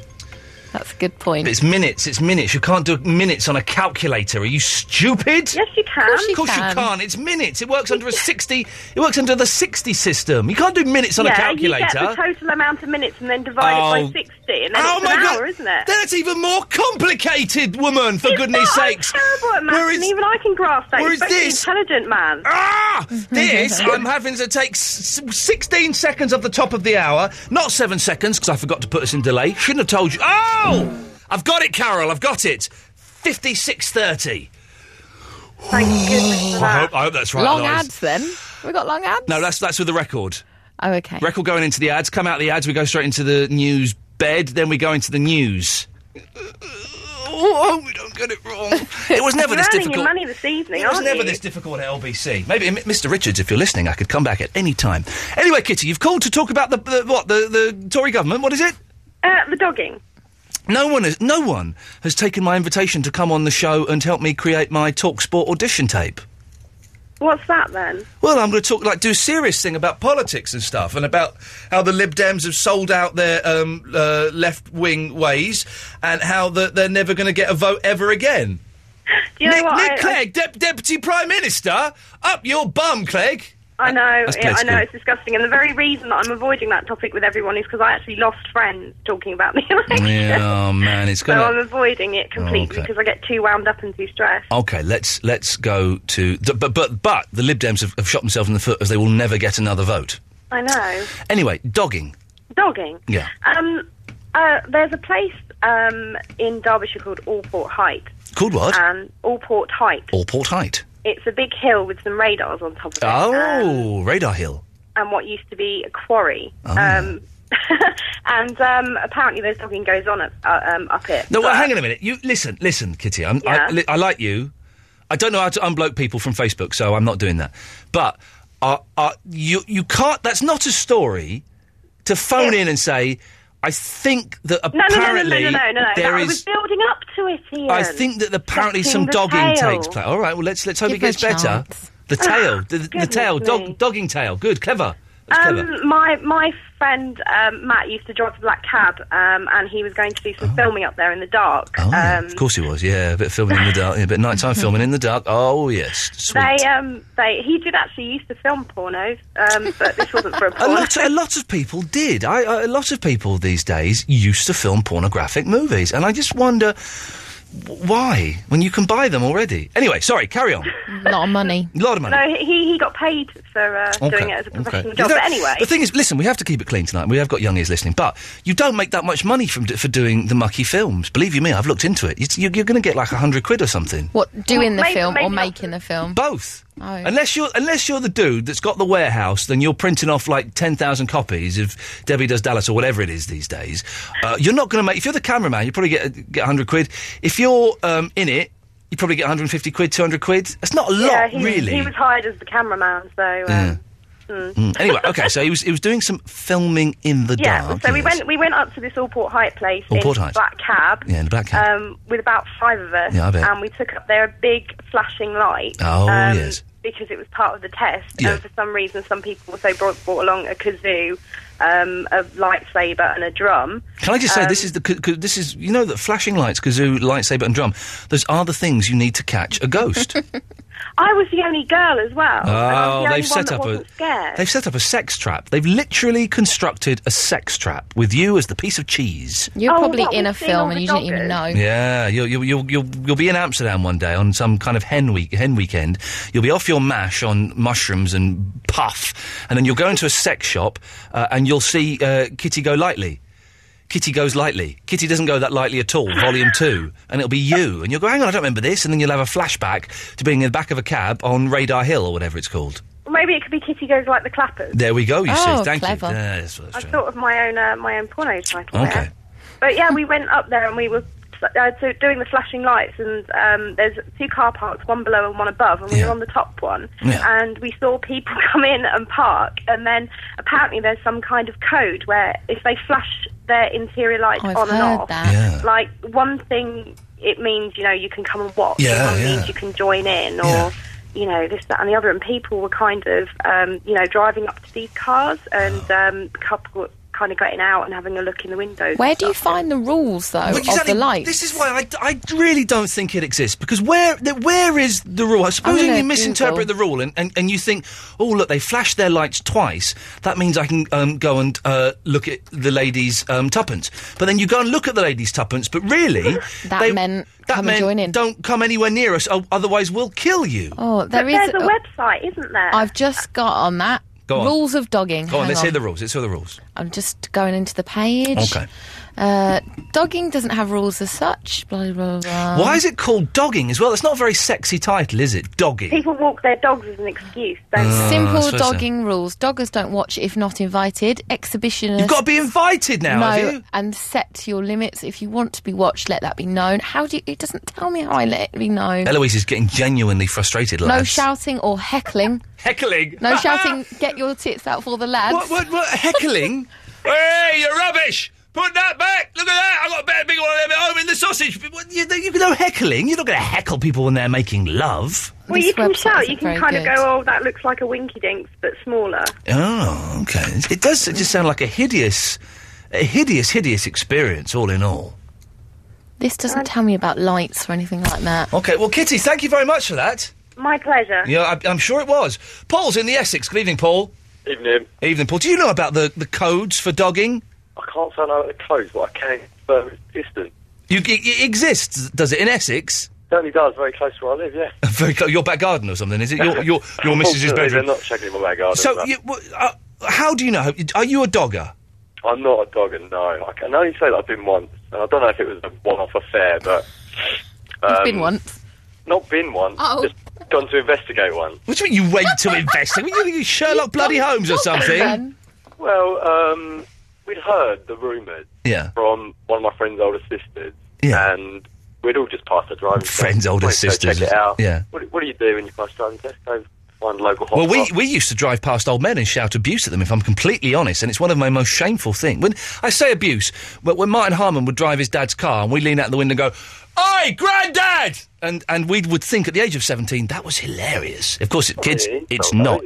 That's a good point. It's minutes, it's minutes. You can't do minutes on a calculator. Are you stupid? Yes, you can. Of course, you you can. can't. It's minutes. It works under a 60. It works under the 60 system. You can't do minutes on yeah, a calculator. you get the total amount of minutes and then divide it Oh. by sixty, and then Oh it's my an God. hour, isn't it? That's even more complicated, woman, for goodness not, I'm sakes. terrible at maths, Where and is- even I can grasp that. You're where is supposed to be this? intelligent man. Ah, this, I'm having to take s- 16 seconds off the top of the hour, not seven seconds, because I forgot to put us in delay. Shouldn't have told you. Oh! I've got it, Carol, I've got it. 56.30. Thank goodness for that. I hope- I hope that's right, Long Lois. ads then? We got long ads? No, that's, that's with the record. Oh, okay. Record going into the ads, come out of the ads, we go straight into the news bed, then we go into the news. Oh, we don't get it wrong. It was never You're this earning difficult. Your money this evening, It was aren't never you? this difficult at LBC. Maybe M- Mr. Richards, if you're listening, I could come back at any time. Anyway, Kitty, you've called to talk about the, the what the, the Tory government. What is it? Uh, the dogging. No one has no one has taken my invitation to come on the show and help me create my talk sport audition tape. What's that then? Well, I'm going to talk like do a serious thing about politics and stuff, and about how the Lib Dems have sold out their um, uh, left wing ways, and how that they're never going to get a vote ever again. Do you Nick, know what? Nick I- I- Clegg, Dep- Deputy Prime Minister, up your bum, Clegg. I know, Uh, That's yeah, I know, political. it's disgusting. And the very reason that I'm avoiding that topic with everyone is because I actually lost friends talking about the election. Yeah, oh man, it's So gonna. I'm avoiding it completely Okay. because I get too wound up and too stressed. Okay, let's let's go to the, but but but the Lib Dems have, have shot themselves in the foot as they will never get another vote. I know. Anyway, dogging. Dogging. Yeah. Um, uh, there's a place um, in Derbyshire called Allport Height. Called what? Um, Allport Height. Or Port Height. It's a big hill with some radars on top of it. um, Oh, Radar Hill. and what used to be a quarry. Oh. Um, and um, apparently there's dogging goes on up, uh, um, up it. No, well, hang on a minute. You listen, listen, Kitty. I'm, Yeah. I, li- I like you. I don't know how to unblock people from Facebook, so I'm not doing that. But uh, uh, you you can't. That's not a story to phone in and say. I think that No, no, no, no, apparently no, no, no, no. there I is- was building up to it, Ian. I think that apparently Setting some the dogging tail. takes place. All right, well let's let's hope Give it her a gets better. chance. The tail, the, the Goodness tail, me. dog, dogging tail. Good, clever. That's clever. Um, my my friend um, Matt used to drive a black cab, um, and he was going to do some filming up there in the dark. Ah. Oh, yeah, um, of course he was. Yeah, a bit of filming in the dark. Yeah, a bit of nighttime filming in the dark. Oh yes, sweet. They um they he did actually used to film pornos, um, but this wasn't for a A porn. lot, a lot of people did. I, I, a lot of people these days used to film pornographic movies, and I just wonder w- why when you can buy them already. Anyway, sorry, carry on. Lot of money. A lot of money. No, he he got paid for uh, doing it as a professional job. You But don't- anyway, the thing is, listen, we have to keep it clean tonight. We have got young ears listening, but you don't make that much money from d- for doing the mucky films. Believe you me, I've looked into it. It's, you, you're going to get like a hundred quid or something. What doing the Maybe- film maybe or not. making the film? Both. Oh. Unless you're unless you're the dude that's got the warehouse, then you're printing off like ten thousand copies of Debbie Does Dallas or whatever it is these days. Uh, you're not going to make. If you're the cameraman, you probably get get hundred quid. If you're um, in it, you probably get one hundred and fifty quid, two hundred quid. That's not a lot, yeah, he, really. he was uh, hired as the cameraman, so. Um, Yeah. mm. Mm. Anyway, okay, so he was he was doing some filming in the yeah, dark. so we yes. went we went up to this Allport Height place Allport in Height. black cab. Yeah, in a black cab. Um, with about five of us. Yeah, I bet. And we took up there a big flashing light. Oh, um, yes. Because it was part of the test, Yeah. and for some reason, some people also brought, brought along a kazoo, um, a lightsaber, and a drum. Can I just say Um, this is the c- c- this is you know that flashing lights, kazoo, lightsaber, and drum. Those are the things you need to catch a ghost. Um, I was the only girl as well. and I was Oh, the only they've one set that up a wasn't scared. they've set up a sex trap. They've literally constructed a sex trap with you as the piece of cheese. You're Oh, probably what, in a we've seen all film and the you didn't even doggers? know. Yeah, you'll, you'll you'll you'll you'll be in Amsterdam one day on some kind of hen week hen weekend. You'll be off your mash on mushrooms and puff, and then you'll go into a sex shop uh, and you'll see uh, Kitty go lightly. Kitty goes lightly. Kitty doesn't go that lightly at all. Volume two, and it'll be you, and you'll go, "Hang on, I don't remember this," and then you'll have a flashback to being in the back of a cab on Radar Hill or whatever it's called. Maybe it could be Kitty Goes Like the Clappers. There we go. You Oh, see, thank clever. you. Yeah, that's what- I thought of my own uh, my own porno title. Okay. There. But yeah, we went up there and we were uh, so doing the flashing lights, and um, there's two car parks, one below and one above, and we were on the top one, Yeah. and we saw people come in and park, and then apparently there's some kind of code where if they flash their interior lights Oh, I've on and heard off, that. Yeah. like one thing it means you know you can come and watch, Yeah, one yeah. means you can join in, or Yeah. you know, this, that, and the other. And people were kind of, um, you know, driving up to these cars and Oh. um, couple were kind of getting out and having a look in the windows. Where do you find the rules though of the lights? This is why I, I really don't think it exists because where th- where is the rule? I suppose gonna you Google. misinterpret the rule and, and, and you think, oh look, they flashed their lights twice. That means I can um, go and uh, look at the lady's um, tuppence. But then you go and look at the lady's tuppence, but really That they, meant that come and meant join in. don't come anywhere near us, o- otherwise we'll kill you. Oh, But there is. there's a website, isn't there? I've just got on that. Go on. Rules of dogging. Go on, Hang let's hear the rules. Let's hear the rules. I'm just going into the page. Okay. Uh, dogging doesn't have rules as such. Blah blah blah. Why is it called dogging as well? It's not a very sexy title, is it? Dogging. People walk their dogs as an excuse. Don't they? Ah, I Simple suppose so. dogging rules. Doggers don't watch if not invited. Exhibitionists. You've got to be invited now, no, have you? and set your limits. If you want to be watched, let that be known. How do you? It doesn't tell me how I let it be known. Eloise is getting genuinely frustrated. no lads. shouting or heckling. heckling. No shouting. Get your tits out for the lads. What, what, what, heckling? hey, you're rubbish! Put that back! Look at that! I've got a better big one of them at home in the sausage! What, You, you know, heckling? You're not going to heckle people when they're making love. Well, you can shout. You isn't can very kind good. of go, "Oh, that looks like a Winky Dinks, but smaller." Oh, okay. It does just sound like a hideous, a hideous, hideous experience, all in all. This doesn't tell me about lights or anything like that. Oh. Okay, well, Kitty, thank you very much for that. My pleasure. Yeah, I, I'm sure it was. Paul's in the Essex. Good evening, Paul. Evening. Evening, Paul. Do you know about the, the codes for dogging? I can't say I know the codes, but I can confirm its existence. You, it, it exists, does it, in Essex? Certainly does, very close to where I live, yeah. Very close, your back garden or something, is it? Your your your missus's Unfortunately, bedroom. Oh, They're not checking in my back garden. So, but you, w- uh, how do you know? Are you a dogger? I'm not a dog, and no. I can only say that I've been once, and I don't know if it was a one-off affair, but... Um, I've been once. Not been once. Oh. Just gone to investigate one. What do you mean you went to investigate? What do you mean, Sherlock Bloody Holmes or something? Well, um, we'd heard the rumours Yeah. from one of my friend's older sisters, Yeah. and we'd all just passed the driving test. Friends, older Went to go sisters. Check it out. Yeah. What, what do you do when you pass the driving test? Go find a local Well, hotspot. we, we used to drive past old men and shout abuse at them, if I'm completely honest, and it's one of my most shameful things. When I say abuse, but when Martin Harmon would drive his dad's car and we lean out the window and go, Oi, granddad! And, and we would think at the age of 17, that was hilarious. Of course, it, kids, it's not.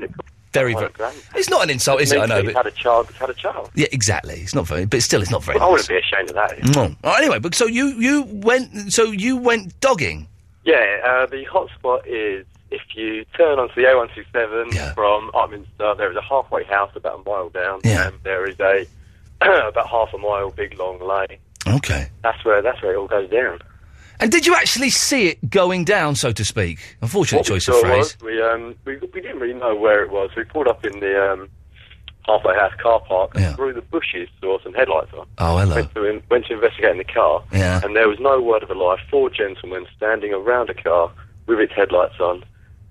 Very, very. It's not an insult, is it? I know, He's but. had a child. He's had a child. Yeah, exactly. It's not very, but still, it's not very. I nice. wouldn't be ashamed of that. No. Oh, anyway, but so you you went so you went dogging. Yeah, uh, the hotspot is if you turn onto the A127 from Upminster, there is a halfway house about a mile down, Yeah. and there is a about half a mile big long lane. Okay. That's where that's where it all goes down. And did you actually see it going down, so to speak? Unfortunate What we choice of saw phrase. was we um we, we didn't really know where it was. We pulled up in the um, halfway house car park and through the bushes, saw some headlights on. Oh, hello. Went to, in, went to investigate in the car, Yeah. and there was no word of a lie. Four gentlemen standing around a car with its headlights on,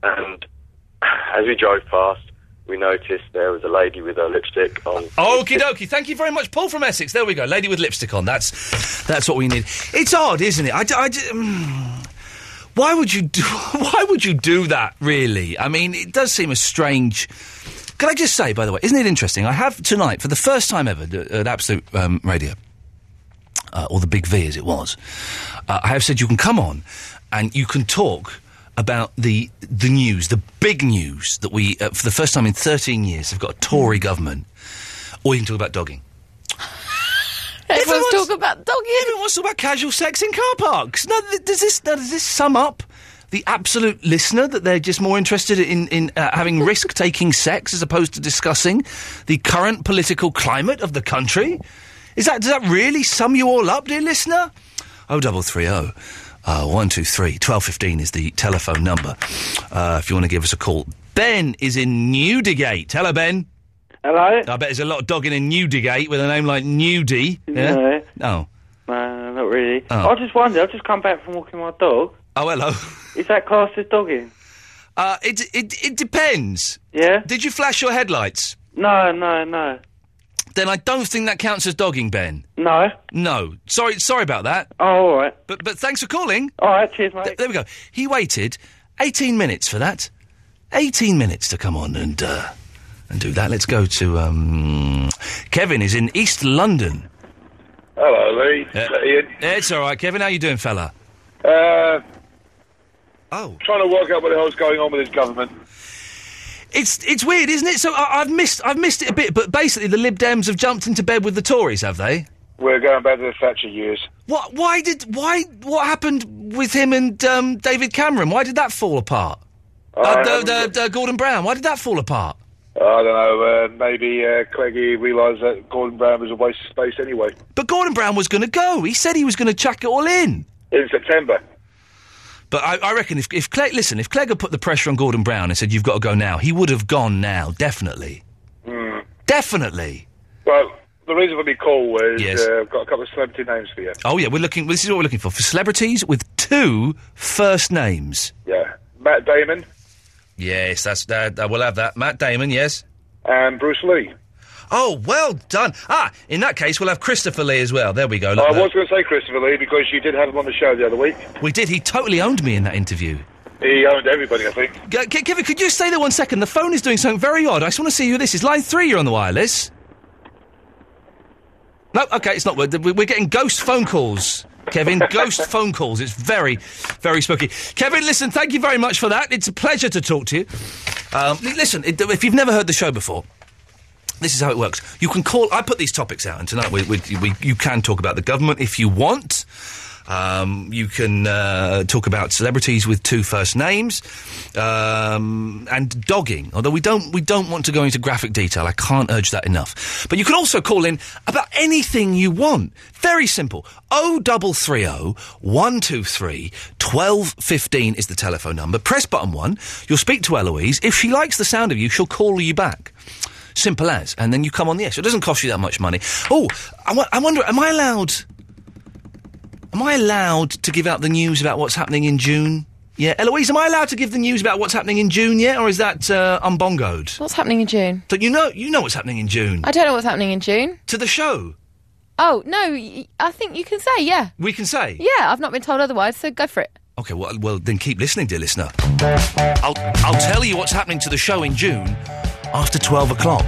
and as we drove past, we noticed there was a lady with her lipstick on. Okie dokie. Thank you very much, Paul from Essex. There we go. Lady with lipstick on. That's that's what we need. It's odd, isn't it? I, d- I d- mm. why would you do Why would you do that? Really? I mean, it does seem a strange. Can I just say, by the way, isn't it interesting? I have tonight, for the first time ever, d- at Absolute um, Radio, uh, or the Big V as it was, uh, I have said you can come on and you can talk about the the news, the big news that we, uh, for the first time in 13 years, have got a Tory government, or you can talk about dogging. Everyone's talking about dogging. Everyone wants to talk about casual sex in car parks. Now, th- does this now, does this sum up the absolute listener that they're just more interested in in uh, having risk taking sex as opposed to discussing the current political climate of the country? Is that does that really sum you all up, dear listener? Oh, double three oh. Uh, one two three twelve fifteen is the telephone number. Uh, if you want to give us a call, Ben is in Newdigate. Hello, Ben. Hello. I bet there's a lot of dogging in Newdigate with a name like Nudie. Yeah. Oh. No. No. No, Uh, not really. Oh. I just wonder. I've just come back from walking my dog. Oh, hello. Is that classed as dogging? Uh, it it it depends. Yeah. Did you flash your headlights? No, no, no, Then I don't think that counts as dogging, Ben. no. No. Sorry, sorry about that. Oh, all right. But but thanks for calling. All right, cheers, mate. there we go. He waited 18 minutes for that. 18 minutes to come on and uh, and do that. Let's go to um, Kevin is in East London. Hello, Lee. Yeah. It's all right, Kevin. How you doing, fella? Uh, oh. Trying to work out what the hell's going on with this government. It's it's weird, isn't it? So I, I've missed I've missed it a bit, but basically the Lib Dems have jumped into bed with the Tories, have they? We're going back to the Thatcher years. What? Why did? Why? What happened with him and um, David Cameron? Why did that fall apart? I Uh, haven't the, the, the Gordon Brown. Why did that fall apart? I don't know. Uh, maybe uh, Cleggie realised that Gordon Brown was a waste of space anyway. But Gordon Brown was going to go. He said he was going to chuck it all in. In September. But I, I reckon if, if Clegg, listen, if Clegg had put the pressure on Gordon Brown and said you've got to go now, he would have gone now, definitely, Hmm. definitely. Well, the reason for me call was Yes. uh, I've got a couple of celebrity names for you. Oh yeah, we're looking. This is what we're looking for for celebrities with two first names. Yeah, Matt Damon Yes, that's that. Uh, we'll have that. Matt Damon. Yes. and Bruce Lee. Oh, well done. Ah, in that case, we'll have Christopher Lee as well. There we go. I Look there. was going to say Christopher Lee because you did have him on the show the other week. We did. He totally owned me in that interview. He owned everybody, I think. G- Ke- Kevin, could you stay there one second? The phone is doing something very odd. I just want to see who this is. Line three, you're on the wireless. No, okay, it's not. We're, we're getting ghost phone calls, Kevin. ghost phone calls. It's very, very spooky. Kevin, listen, thank you very much for that. It's a pleasure to talk to you. Um, li- listen, it, if you've never heard the show before, this is how it works. You can call. I put these topics out, and tonight we, we, we, you can talk about the government if you want. Um, you can uh, talk about celebrities with two first names um, and dogging. Although we don't we don't want to go into graphic detail. I can't urge that enough. But you can also call in about anything you want. Very simple. O double three O one two three twelve fifteen is the telephone number. Press button one. You'll speak to Eloise. If she likes the sound of you, she'll call you back. Simple as. And then you come on the air. So it doesn't cost you that much money. Oh, I wo- I wonder, am I allowed? Am I allowed to give out the news about what's happening in June? Yeah, Eloise, am I allowed to give the news about what's happening in June yet, or is that uh, umbongoed? What's happening in June? Don't you know? You know what's happening in June I don't know what's happening in June. to the show. Oh no, y- I think you can say yeah. We can say. Yeah, I've not been told otherwise, so go for it. Okay, well, well, then keep listening, dear listener. I'll I'll tell you what's happening to the show in June after twelve o'clock.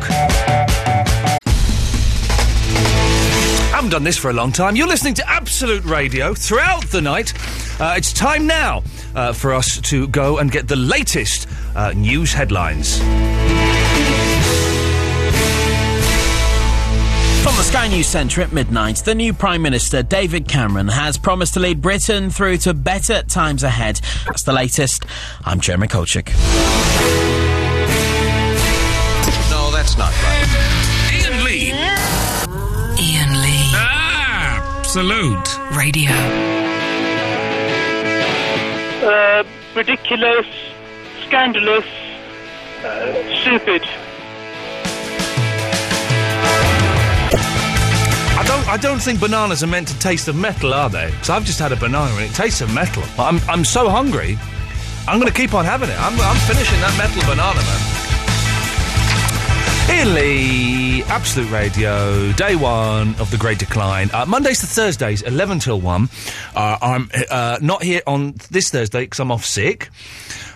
haven't done this for a long time. You're listening to Absolute Radio throughout the night. Uh, it's time now uh, for us to go and get the latest uh, news headlines. From the Sky News Centre at midnight, the new Prime Minister David Cameron has promised to lead Britain through to better times ahead. That's the latest. I'm Jeremy Kolchik. Oh, No, that's not right. Ian Lee. Ian Lee. Ah! Absolute. Radio. Uh, ridiculous, scandalous, uh, stupid. I don't. I don't think bananas are meant to taste of metal, are they? Because I've just had a banana and it tastes of metal. I'm. I'm so hungry. I'm going to keep on having it. I'm. I'm finishing that metal banana, man. Ian Lee, Absolute Radio, day one of the Great Decline. Uh, Mondays to Thursdays, 11 till 1. Uh, I'm uh, not here on this Thursday because I'm off sick.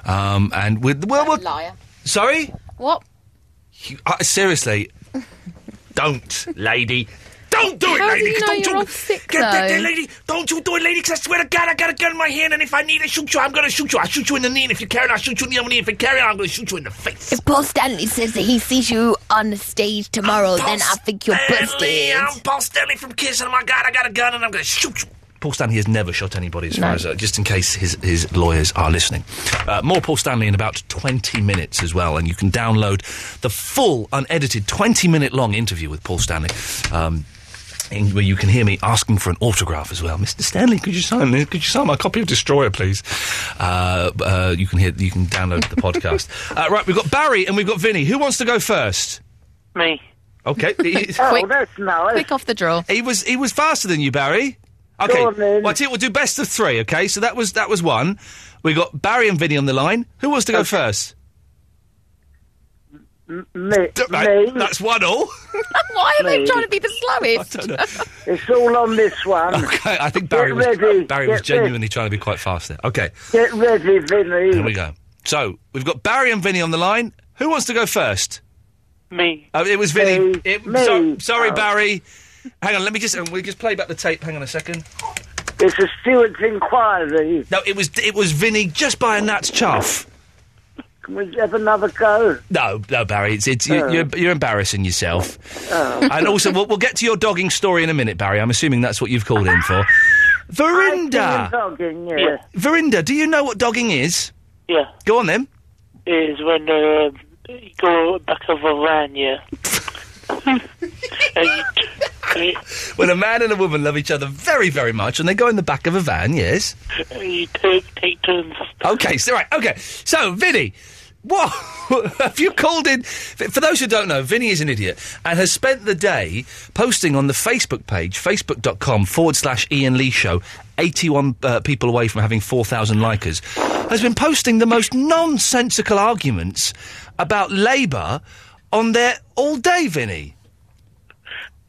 Um, and with. Well, we'll Liar. Sorry? What? You, uh, seriously, don't, lady. Don't do it, How do lady. you 'cause know don't you're do off sick, Get that there, though? lady. Don't you do it, lady? Because I swear to God, I got a gun in my hand, and if I need to shoot you, I'm gonna shoot you. I shoot you in the knee, and if you carry it, I shoot you in the other knee. If you carry it, I'm gonna shoot you in the face. If Paul Stanley says that he sees you on the stage tomorrow, Paul then I think you're Stanley, busted. I'm Paul Stanley from Kiss, and oh my God, I got a gun, and I'm gonna shoot you. Paul Stanley has never shot anybody, as far No. as uh, just in case his, his lawyers are listening. Uh, more Paul Stanley in about 20 minutes as well, and you can download the full, unedited, 20 minute long interview with Paul Stanley. Um, in, where you can hear me asking for an autograph as well, Mr. Stanley. Could you sign? this? Could you sign my copy of Destroyer, please? Uh, uh, you can hear. You can download the podcast. Uh, right, we've got Barry and we've got Vinny. Who wants to go first? Me. Okay. oh, that's nice. Quick off the draw. He was he was faster than you, Barry. Okay. Go on, then. well, I tell you, we'll do best of three. Okay, so that was that was one. We got Barry and Vinny on the line. Who wants to go first? M- me, Right, That's one all. Why are they Me. trying to be the slowest? It's all on this one. Okay, I think Barry was uh, ready, Barry was get genuinely trying to be quite fast there. Okay, Get ready, Vinny. here we go. So we've got Barry and Vinny on the line. Who wants to go first? Me. Uh, it was Vinny. It- Me. so- sorry, Oh. Barry. Hang on, let me just um, we just play back the tape. Hang on a second. It's a Stewart's inquiry. No, it was it was Vinny just by a nat's chuff. Can we have another go? No, no, Barry, it's, it's you, Oh. you're, you're embarrassing yourself. Oh. and also, we'll, we'll get to your dogging story in a minute, Barry. I'm assuming that's what you've called in for. I've Verinda, been dogging, yeah. Verinda, do you know what dogging is? Yeah. Go on then. Is when uh, you go back of a van, yeah. and you t- When a man and a woman love each other very, very much, and they go in the back of a van, yes. you, you take take turns. Okay, so right, okay. So, Vinny, what have you called in? For those who don't know, Vinny is an idiot and has spent the day posting on the Facebook page, facebook.com forward slash Ian Lee Show, 81 uh, people away from having 4,000 likers, has been posting the most nonsensical arguments about Labour on there all day, Vinny.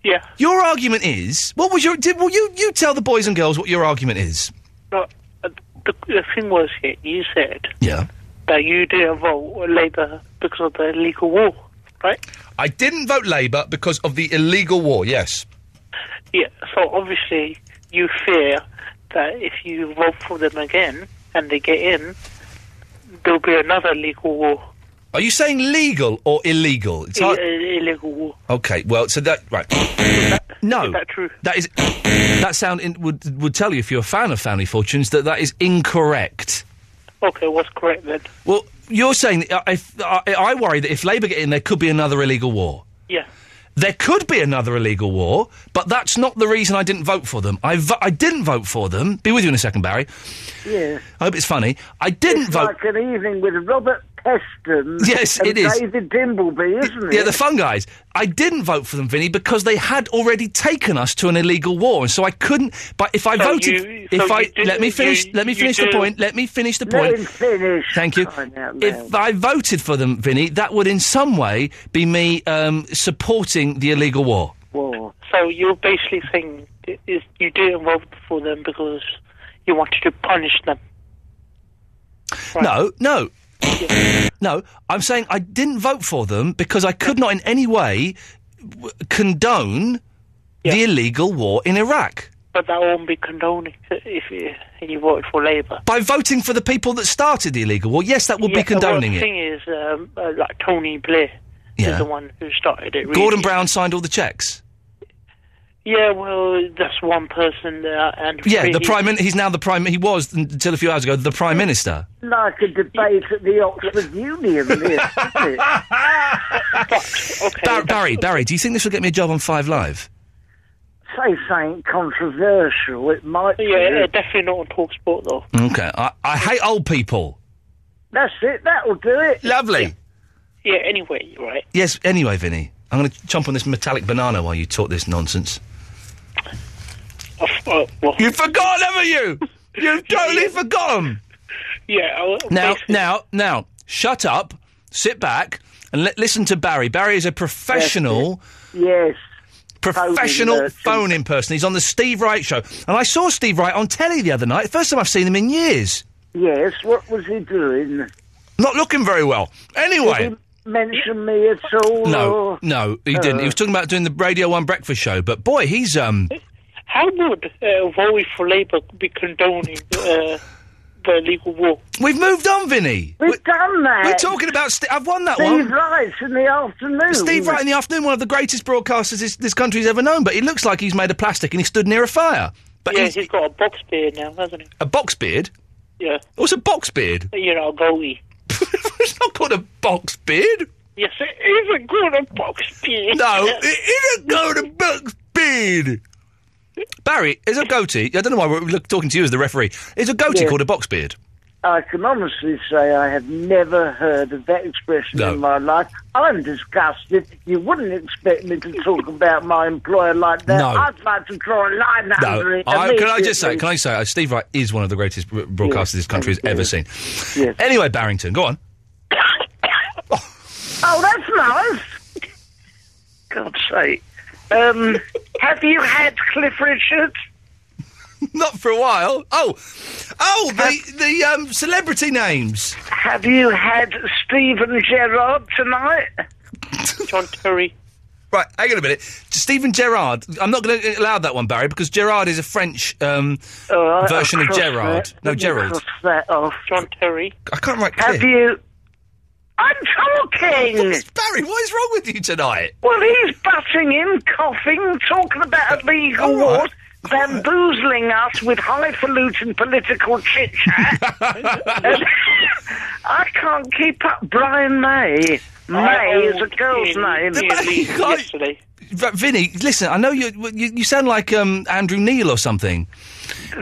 Yeah. Your argument is what was your? Did, well, you you tell the boys and girls what your argument is. No, uh, the, the thing was, yeah, you said Yeah. that you didn't vote for Labour because of the illegal war, right? I didn't vote Labour because of the illegal war. Yes. Yeah. So obviously you fear that if you vote for them again and they get in, there'll be another legal war. Are you saying legal or illegal? It's hard- illegal war. Okay, well, so that right. no, is that true? That is that sound in, would would tell you if you're a fan of Family Fortunes that that is incorrect. Okay, what's correct then? Well, you're saying that uh, if I, I worry that if Labour get in, there could be another illegal war. Yeah. There could be another illegal war, but that's not the reason I didn't vote for them. I vo- I didn't vote for them. Be with you in a second, Barry. Yeah. I hope it's funny. I didn't it's vote. like an evening with Robert Peston. Yes, and it is. David Dimbleby, isn't it? Yeah, the fun guys. I didn't vote for them, Vinny, because they had already taken us to an illegal war, and so I couldn't. But if I So voted, you- if so I you did- let me finish, you- let me you finish the do- point. Let me finish the Let point. him finish. Thank you. Crying out loud. If I voted for them, Vinny, that would in some way be me um, supporting the illegal war. War. So you're basically saying i- is you didn't vote for them because you wanted to punish them. No, no. no, I'm saying I didn't vote for them because I could not in any way w- condone the illegal war in Iraq. But that won't be condoning if you, you voted for Labour. By voting for the people that started the illegal war, yes, that would be Yeah, well, condoning the it. thing is, um, uh, like Tony Blair Yeah. is the one who started it. Really. Gordon Brown signed all the checks. Yeah, well, that's one person there, and Yeah, the really- prime. Min- he's now the prime. He was until a few hours ago the prime minister. Like a debate at the Oxford Union, this, isn't it? Bar- Barry, Barry, do you think this will get me a job on Five Live? Say something controversial. It might Yeah, be. yeah, definitely not on Talksport though. Okay, I, I hate old people. That's it. That'll do it. Lovely. Yeah, anyway, right. Yes. Anyway, Vinny, I'm going to chomp on this metallic banana while you talk this nonsense. Oh, You've forgotten, haven't you? You've totally forgotten. Yeah. I, Now, now, now, shut up, sit back, and li- listen to Barry. Barry is a professional. Yes. Professional merchant. phone in person. He's on the Steve Wright show. And I saw Steve Wright on telly the other night. First time I've seen him in years. Yes. What was he doing? Not looking very well. Anyway. Did he mention me at all? No, or- no, he didn't. He was talking about doing the Radio One breakfast show, but boy, he's um. How would uh, voting for Labour be condoning uh, the legal war? We've moved on, Vinny. We've done that. We're talking about. St- I've won that Steve one. Wright's in the afternoon. Steve Wright in the afternoon, one of the greatest broadcasters this, this country's ever known, but he looks like he's made of plastic and he stood near a fire. But yeah, he's he's got a box beard now, hasn't he? a box beard. Yeah, What's a box beard? you know, a goalie. it's not called a box beard. Yes, it is a good box beard. No, it isn't called a box beard. Barry, is a goatee. I don't know why we're look, talking to you as the referee. Is a goatee Yeah. called a box beard? I can honestly say I have never heard of that expression No. in my life. I'm disgusted. You wouldn't expect me to talk about my employer like that. No. I'd like to draw a line under No, it. I, can I just say? immediately. Can I say? Uh, Steve Wright is one of the greatest bro- broadcasters this country has ever seen. Yes. Anyway, Barrington, go on. Oh, that's nice. God's sake. Um, have you had Cliff Richard? Not for a while. Oh, oh, the the um, celebrity names. Have you had Stephen Gerrard tonight? John Terry. Right, hang on a minute. Stephen Gerrard. I'm not going to allow that one, Barry, because Gerrard is a French um, All right, version I'll of cross Gerard. that. No, Let me Gerald. cross that off. John Terry. I can't write. Have clear. you? I'm talking. Barry, what is wrong with you tonight? Well, he's butting in, coughing, talking about a legal all right. war, bamboozling us with highfalutin political chit chat. And I can't keep up. Brian May. May is a girl's name. Yesterday. But Vinny, listen. I know you. You, you sound like um, Andrew Neil or something.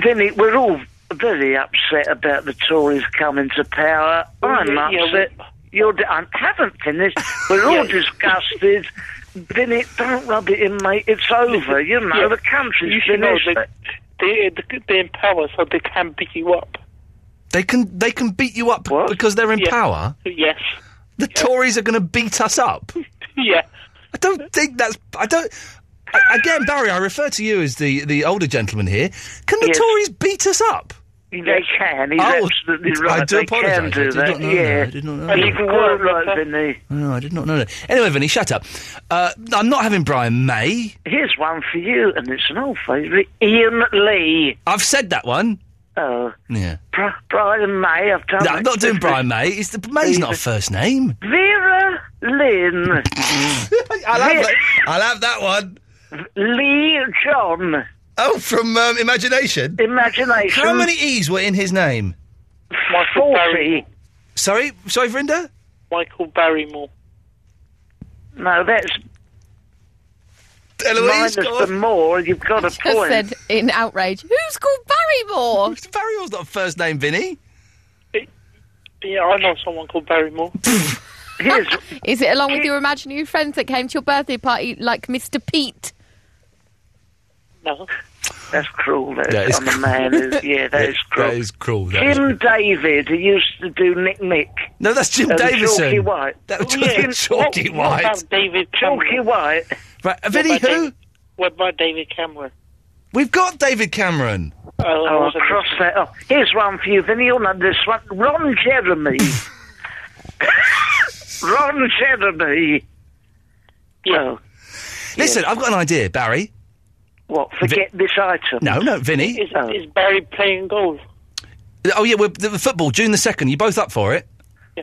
Vinny, we're all very upset about the Tories coming to power. I'm Oh, Yeah, yeah, upset. You're. d I haven't finished. We're all Yeah. disgusted. Vinny, don't rub it in, mate. It's over. You know Yeah. the country's You should know finished. they, they, they, they're in power, so they can beat you up. They can they can beat you up because they're in Yeah. power. Yes. The Tories are going to beat us up. Yeah. I don't think that's. I don't. I- Again, Barry, I refer to you as the, the older gentleman here. Can the Yes. Tories beat us up? They can. He's Oh, absolutely I right. do they apologise. I can do did that. not know yeah. that. I did not know And that. you can quite right, Vinny. No, Oh, I did not know that. Anyway, Vinny, shut up. Uh, I'm not having Brian May. Here's one for you, and it's an old favourite, Ian Lee. I've said that one. Oh, Yeah. Bri- Brian May. I've done. No, I'm not doing Brian May. It's the, May's not a first name. Vera Lynn. I'll, have that, I'll have that one. Lee John. Oh, from um, Imagination. Imagination. How many e- E's were in his name? Michael Barry. Sorry, sorry, Verinda. Michael Barrymore. No, that's. Eloise, minus go on. the more, you've got a Just point. said in outrage, who's called Barrymore? Barrymore's not a first name, Vinny. Yeah, I know someone called Barrymore. Is it along with your imaginary friends that came to your birthday party like Mr. Pete? No. That's cruel. That, That is I'm a man. who- yeah, that is cruel. That is cruel. That is- Jim David who used to do Nick Nick. No, that's Jim Uh, the Davison. Chalky White. That was Chalky White. David Chalky White. Right, Vinny, about who? David- what about David Cameron? We've got David Cameron. Oh, I Oh, wasn't I crossed that off. Here's one for you, Vinny. You'll know this one. Ron Jeremy. Ron Jeremy. Oh, Well, Listen, I've got an idea, Barry. What? Forget this item. No, no, Vinny. Is, is Barry playing golf? Oh yeah, we're the the football June the second. You both up for it?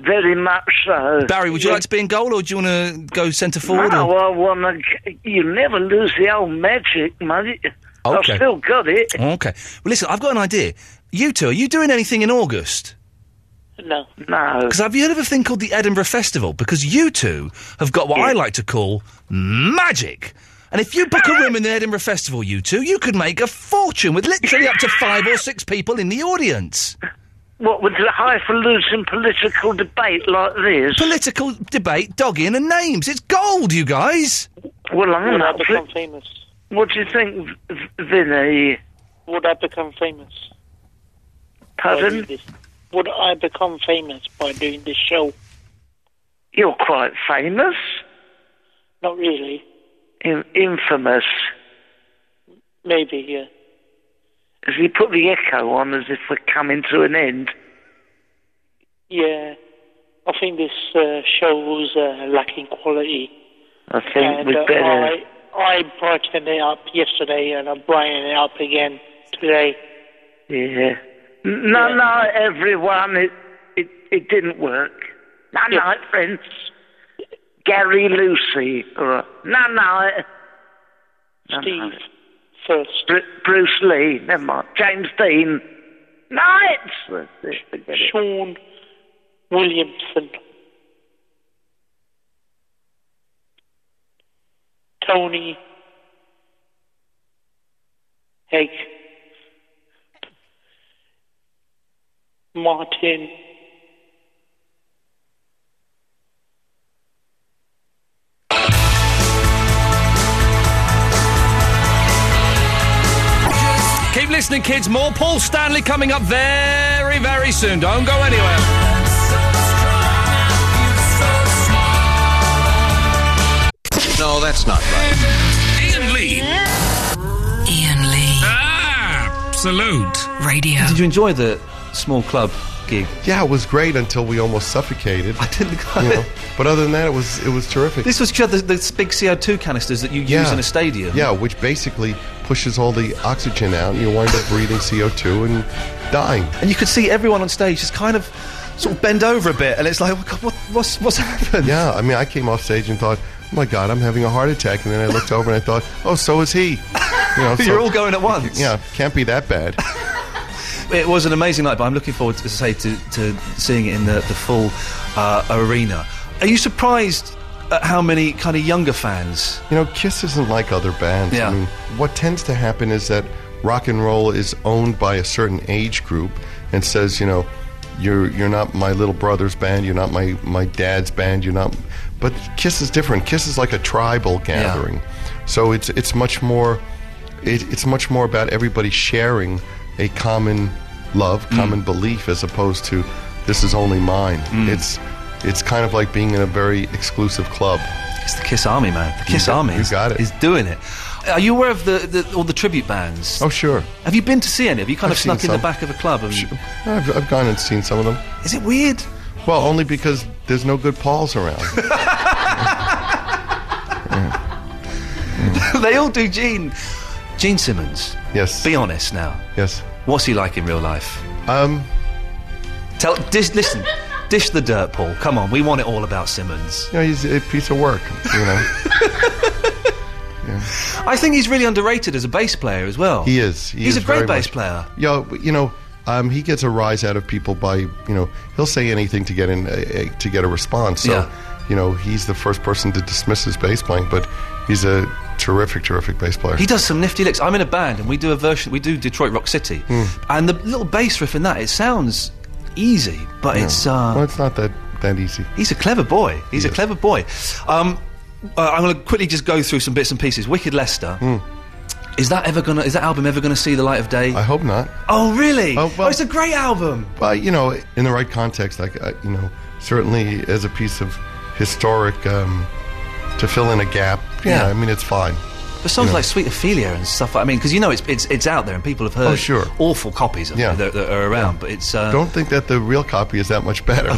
Very much so. Barry, would you like to be in goal, or do you want to go centre forward? no, or- I want to. You never lose the old magic, mate. I've Okay. still got it. Okay. Well, listen, I've got an idea. You two, are you doing anything in August? No. No. Because have you heard of a thing called the Edinburgh Festival? Because you two have got what I like to call magic. And if you book a room in the Edinburgh Festival, you two, you could make a fortune with literally up to five or six people in the audience. What with the highfalutin political debate like this? Political debate, dogging and names. It's gold, you guys. Well, I'm Would I not. become famous? What do you think, V- Vinny? Would I become famous? by doing Pardon? this? Would I become famous by doing this show? You're quite famous. Not really. In- infamous. Maybe, yeah. As you put the echo on as if we're coming to an end. Yeah. I think this uh, show was uh, lacking quality. I think And we'd uh, better. I, I brightened it up yesterday and I'm brightening it up again today. Yeah. N- No, no, everyone, it, it, it didn't work. No, no, friends. Gary Lucy. All right. No, no. Steve. First. Bruce Lee. Never mind. James Dean. No, it's. Sean Williamson. Tony Hake. Martin. Keep listening, kids. More Paul Stanley coming up very, very soon. Don't go anywhere. No, that's not right. Ian Lee. Ian Lee. Absolute. Radio. Did you enjoy the small club gig? Yeah, it was great until we almost suffocated. I didn't. You know, but other than that, it was it was terrific. This was the, the big CO2 canisters that you use in a stadium. Yeah, which basically pushes all the oxygen out, and you wind up breathing CO2 and dying. And you could see everyone on stage just kind of sort of bend over a bit, and it's like, oh, God, what, what's what's happened? Yeah, I mean, I came off stage and thought, oh my God, I'm having a heart attack. And then I looked over and I thought, oh, so is he. You You're all going at once. Yeah, can't be that bad. It was an amazing night, but I'm looking forward, to say, to, to seeing it in the, the full uh, arena. Are you surprised at how many kind of younger fans? You know, Kiss isn't like other bands. I mean, what tends to happen is that rock and roll is owned by a certain age group and says, you know, you're you're not my little brother's band, you're not my my dad's band, you're not. But Kiss is different. Kiss is like a tribal gathering, so it's it's much more, it, it's much more about everybody sharing a common love, Mm. common belief, as opposed to this is only mine. Mm. It's it's kind of like being in a very exclusive club. It's the Kiss Army, man. The Kiss Army is, is doing it. Are you aware of the, the all the tribute bands? Oh, sure. Have you been to see any? Have you kind I've of seen snuck in the some. back of a club? And, I've, I've gone and seen some of them. Is it weird? Well, only because there's no good Pauls around. they all do Gene. Gene Simmons. Yes. Be honest now. Yes. What's he like in real life? Um. Tell. Dis, listen. Dish the dirt, Paul. Come on, we want it all about Simmons. You know, he's a piece of work. You know, I think he's really underrated as a bass player as well. he is. He he's is a great very bass much- player. Yeah, but, you know, um, he gets a rise out of people by you know he'll say anything to get in a, a, to get a response. So Yeah. you know he's the first person to dismiss his bass playing, but he's a terrific, terrific bass player. He does some nifty licks. I'm in a band and we do a version. We do Detroit Rock City, Hmm. and the little bass riff in that it sounds easy, but Yeah. it's uh, well, it's not that that easy. He's a clever boy. He's a clever boy. Um, uh, I'm going to quickly just go through some bits and pieces. Wicked Lester. Hmm. Is that ever gonna? Is that album ever gonna see the light of day? I hope not. Oh really? Oh, it's a great album. But you know, in the right context, like uh, you know, certainly as a piece of historic um, to fill in a gap. Yeah, Yeah. I mean it's fine. But songs You know. like Sweet Ophelia and stuff. like- I mean, because you know it's, it's it's out there and people have heard. Oh, sure. Awful copies of Yeah. it that, that are around, but it's. Uh, Don't think that the real copy is that much better. I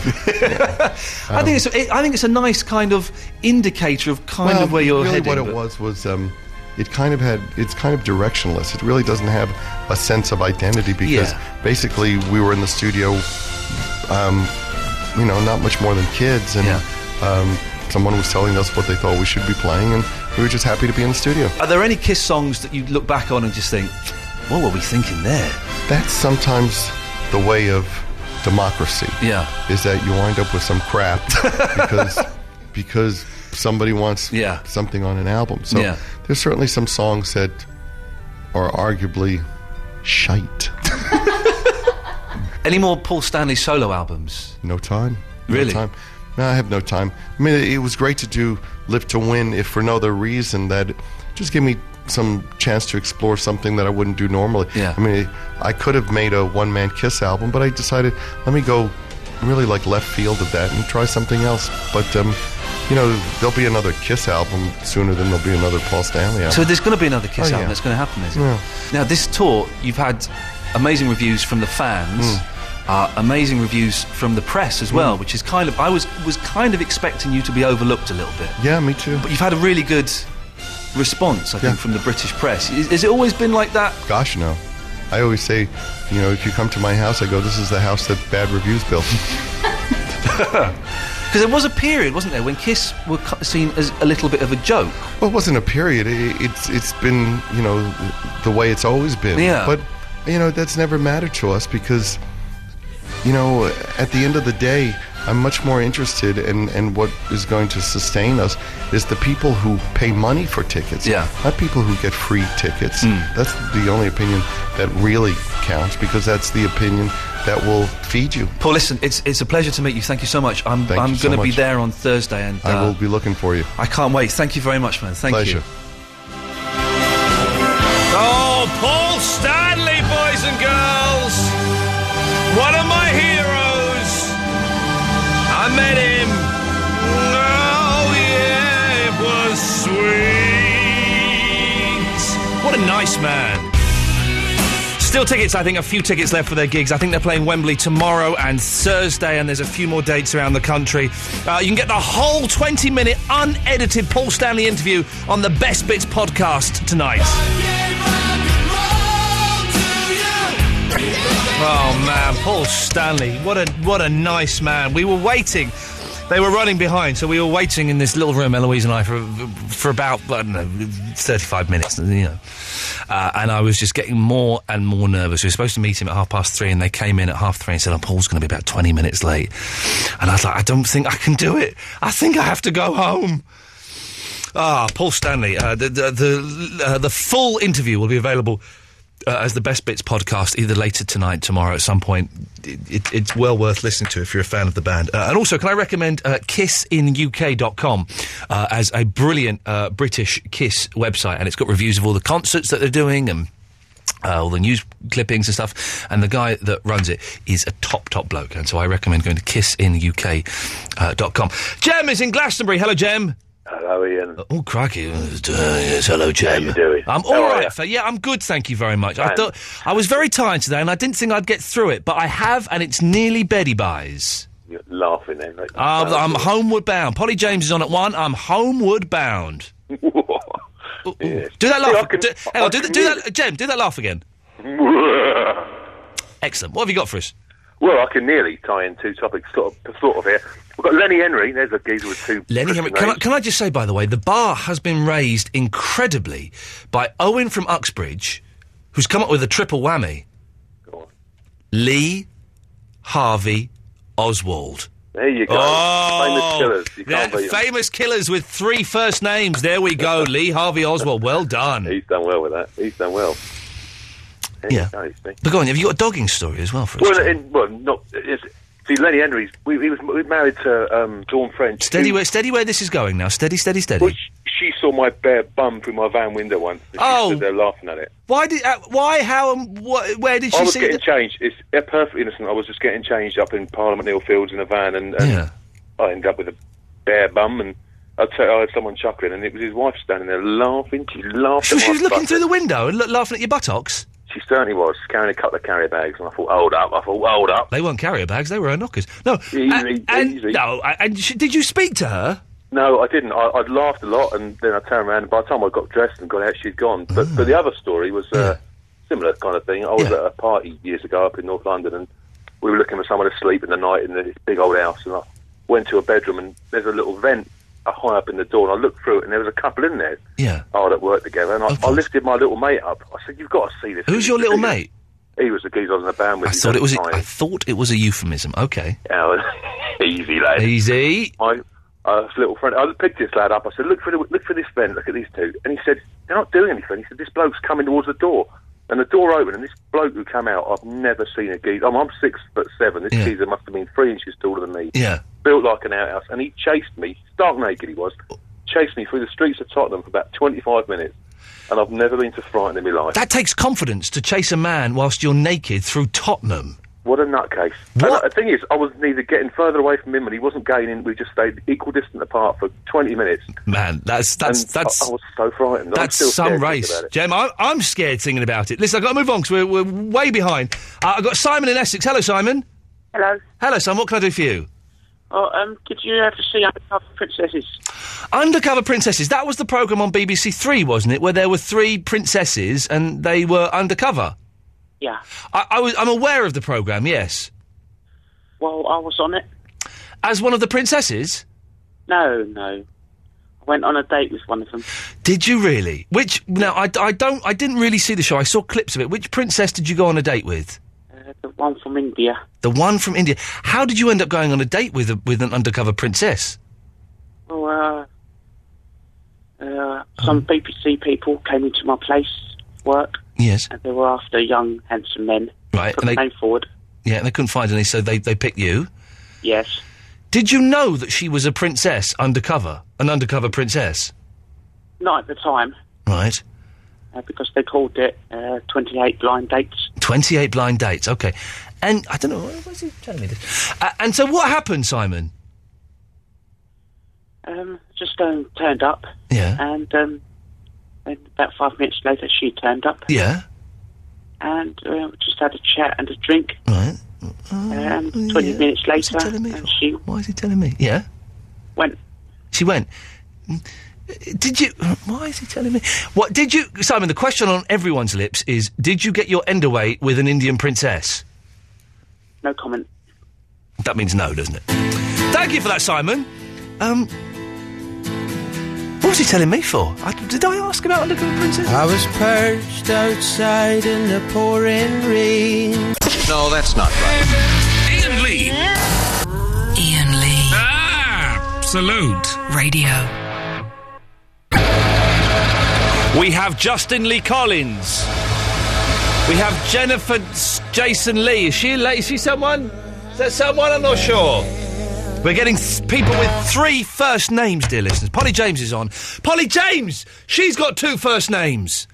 think it's it, I think it's a nice kind of indicator of kind Well, of where you're really heading. what it but- was was um, it kind of had it's kind of directionless. It really doesn't have a sense of identity because Yeah. basically we were in the studio, um, you know, not much more than kids, and um, someone was telling us what they thought we should be playing, and we were just happy to be in the studio. Are there any Kiss songs that you look back on and just think, what were we thinking there? That's sometimes the way of democracy. Yeah. Is that you wind up with some crap because because somebody wants something on an album. So Yeah. there's certainly some songs that are arguably shite. Any more Paul Stanley solo albums? No time. Really? No time. No, I have no time. I mean, it was great to do Live to Win if for no other reason that just give me some chance to explore something that I wouldn't do normally. Yeah. I mean, I could have made a one man kiss album, but I decided let me go really like left field of that and try something else. But, um, you know, there'll be another Kiss album sooner than there'll be another Paul Stanley album. So there's going to be another Kiss Oh, yeah. album that's going to happen, is it? Yeah. Now, this tour, you've had amazing reviews from the fans. Mm. Uh, amazing reviews from the press as well, which is kind of I was was kind of expecting you to be overlooked a little bit. Yeah, me too. But you've had a really good response, I think, from the British press. Is, is it always been like that? Gosh, no. I always say, you know, if you come to my house, I go, this is the house that bad reviews built. Because there was a period, wasn't there, when Kiss were cu- seen as a little bit of a joke. Well, it wasn't a period. It, it's it's been you know th- the way it's always been. Yeah. But you know that's never mattered to us because you know at the end of the day, I'm much more interested in and what is going to sustain us is the people who pay money for tickets. Yeah. Hmm. Not people who get free tickets. That's the only opinion that really counts because that's the opinion that will feed you. Paul, listen, it's it's a pleasure to meet you. Thank you so much. I'm Thank I'm you so going to be much. there on Thursday, and uh, I will be looking for you. I can't wait. Thank you very much, man. Thank Pleasure. you. Oh, Paul Stanley, boys and girls! One of my heroes! I met him. Oh, yeah, it was sweet. What a nice man. Still tickets, I think, a few tickets left for their gigs. I think they're playing Wembley tomorrow and Thursday, and there's a few more dates around the country. Uh, you can get the whole 20 minute unedited Paul Stanley interview on the Best Bits podcast tonight. Oh man, Paul Stanley, what a what a nice man. We were waiting. They were running behind, so we were waiting in this little room, Eloise and I, for for about I don't know, thirty-five minutes, you know. Uh, and I was just getting more and more nervous. We were supposed to meet him at half past three, and they came in at half three and said, "Oh, Paul's going to be about twenty minutes late." And I was like, "I don't think I can do it. I think I have to go home." Ah, Paul Stanley. Uh, the the the, uh, the full interview will be available uh, as the Best Bits podcast either later tonight, tomorrow, at some point. It, it, it's well worth listening to if you're a fan of the band. Uh, and also, can I recommend uh, kissinuk.com uh, as a brilliant uh, British Kiss website? And it's got reviews of all the concerts that they're doing and uh, all the news clippings and stuff. And the guy that runs it is a top, top bloke. And so I recommend going to kissinuk.com. Jem is in Glastonbury. Hello, Jem. Hello, Ian. Oh, crikey. Uh, yes, hello, Jem. How you doing? I'm How all are right. you? fa- Yeah, I'm good. Thank you very much. I Fine. thought I was very tired today, and I didn't think I'd get through it, but I have, and it's nearly beddy buys. You're laughing eh, then. mate. Uh, I'm homeward bound. Polly James is on at one. I'm homeward bound. Yes. Do that See, I laugh. can- do, hang I on, do, that, can do hear that, Jem. Do that laugh again. it. Excellent. What have you got for us? Well, I can nearly tie in two topics, sort of, sort of here. We've got Lenny Henry. There's a geezer with two. Lenny Henry. Can I, can I just say, by the way, the bar has been raised incredibly by Owen from Uxbridge, who's come up with a triple whammy. Lee, Harvey, Oswald. There you go. Oh, Famous killers. You can't they're beat 'em. famous killers with three first names. There we go. Lee Harvey Oswald. Well done. He's done well with that. He's done well. There you Yeah. go, you see. But go on. Have you got a dogging story as well for us? Well, in, well, not. It's, see, Lenny Henry's. We, he was m- married to um, Dawn French. Steady who- where, steady where this is going now. Steady, steady, steady. She saw my bare bum through my van window once. And Oh. she stood there laughing at it. Why did? Uh, why? How? And wh- where did she I was see? getting that? changed. It's uh, perfectly innocent. I was just getting changed up in Parliament Hill Fields in a van, and, and Yeah. I ended up with a bare bum. And I, tell you, I had someone chuckling, and it was his wife standing there laughing. She laughed. She, at she my was looking butt. through the window and lo- laughing at your buttocks. She certainly was carrying a couple of carrier bags, and I thought, hold up. I thought, hold up. They weren't carrier bags; they were her knockers. No, Easy, and, and- easy. no. a- And sh- did you speak to her? No, I didn't. I, I'd laughed a lot, and then I turned around. And by the time I got dressed and got out, she'd gone. But, but the other story was uh, similar kind of thing. I was at a party years ago up in North London, and we were looking for somewhere to sleep in the night in this big old house. And I went to a bedroom, and there's a little vent uh, high up in the door. And I looked through it, and there was a couple in there. Yeah. Oh, that worked together. And I, I lifted my little mate up. I said, "You've got to see this." Who's your little mate? He was the geezer I was in the band with. I He's thought it was. A, tiny. I thought it was a euphemism. Okay. hours. Easy, lad. Easy. My uh, this little friend, I picked this lad up. I said, "Look for the, look for this vent. Look at these two. And he said, "They're not doing anything." He said, "This bloke's coming towards the door." And the door opened, and this bloke who came out, I've never seen a geezer. I'm, I'm six foot seven. This Yeah. geezer must have been three inches taller than me. Yeah. Built like an outhouse, and he chased me, stark naked he was, chased me through the streets of Tottenham for about 25 minutes. And I've never been so frightened in my life. That takes confidence to chase a man whilst you're naked through Tottenham. What a nutcase. What? the thing is, I was neither getting further away from him and he wasn't gaining. We just stayed equal distance apart for 20 minutes. Man, that's that's And I- that's. I, was so frightened. I'm That's still some scared to think race, about it. Jem. I'm, I'm scared thinking about it. Listen, I've got to move on because we're, we're way behind. Uh, I've got Simon in Essex. Hello, Simon. Hello. Hello, Simon. What can I do for you? Oh, um, did you ever see Undercover Princesses? Undercover Princesses. That was the program on BBC Three, wasn't it? Where there were three princesses and they were undercover. Yeah. I, I was, I'm aware of the program. Yes, Well, I was on it. as one of the princesses. No, no. I went on a date with one of them. Did you really? Which now I, I don't I didn't really see the show. I saw clips of it. Which princess did you go on a date with? Uh, the one from India. The one from India. How did you end up going on a date with a, with an undercover princess? Oh, uh, uh, Hmm. some BBC people came into my place, work, Yes. and they were after young, handsome men. Right. Put And the they, name forward. yeah, and they couldn't find any, so they they picked you. Yes. Did you know that she was a princess undercover, an undercover princess? Not at the time, Right. uh, because they called it uh, 28 Blind Dates. 28 blind dates. Okay. And I don't know, why was he telling me this? Uh, and so what happened, Simon? Um, just um, turned up. Yeah. And um, and about five minutes later, she turned up. Yeah. and uh, we just had a chat and a drink. Um, 20 minutes later, and she Why is he telling me? Yeah. Went. She went. Did you? Why is he telling me? What did you, Simon? The question on everyone's lips is: Did you get your end away with an Indian princess? No comment. That means no, doesn't it? Uh, Thank you for that, Simon. Um, what was he telling me for? I, did I ask about Undercover Princess? I was perched outside in the pouring rain. No, that's not right. Ian Lee. Ian Lee. Ah, salute. Radio. We have Justin Lee Collins. We have Jennifer S- Jason Lee. Is she Lee? Is she someone? Is that someone? I'm not sure. We're getting th- people with three first names, dear listeners. Polly James is on. Polly James! She's got two first names.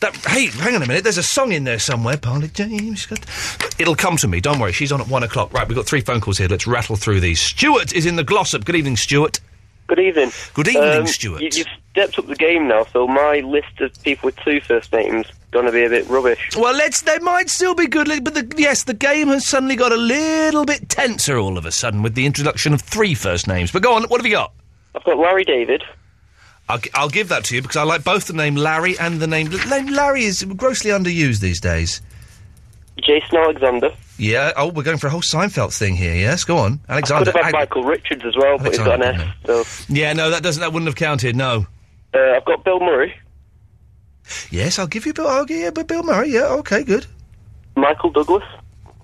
That, hey, hang on a minute. There's a song in there somewhere. Polly James. she's Got, it'll come to me. Don't worry. She's on at one o'clock. Right, we've got three phone calls here. Let's rattle through these. Stuart is in the glossop. Good evening, Stuart. Good evening. Good evening, Um, Stuart. You, you've stepped up the game now, so my list of people with two first names going to be a bit rubbish. Well, let's. They might still be good, li- but the, yes, the game has suddenly got a little bit tenser all of a sudden with the introduction of three first names. But go on, what have you got? I've got Larry David. I'll, gi- I'll give that to you because I like both the name Larry and the name. the name Larry is grossly underused these days. Jason Alexander. Yeah. Oh, we're going for a whole Seinfeld thing here. Yes, go on, Could Alexander. have had Ag- Michael Richards as well, but he's got an Alexander, S. So yeah, no, that doesn't. That wouldn't have counted. No. uh, I've got Bill Murray. Yes, I'll give you Bill. I'll give you Bill Murray. Yeah. Okay. Good. Michael Douglas.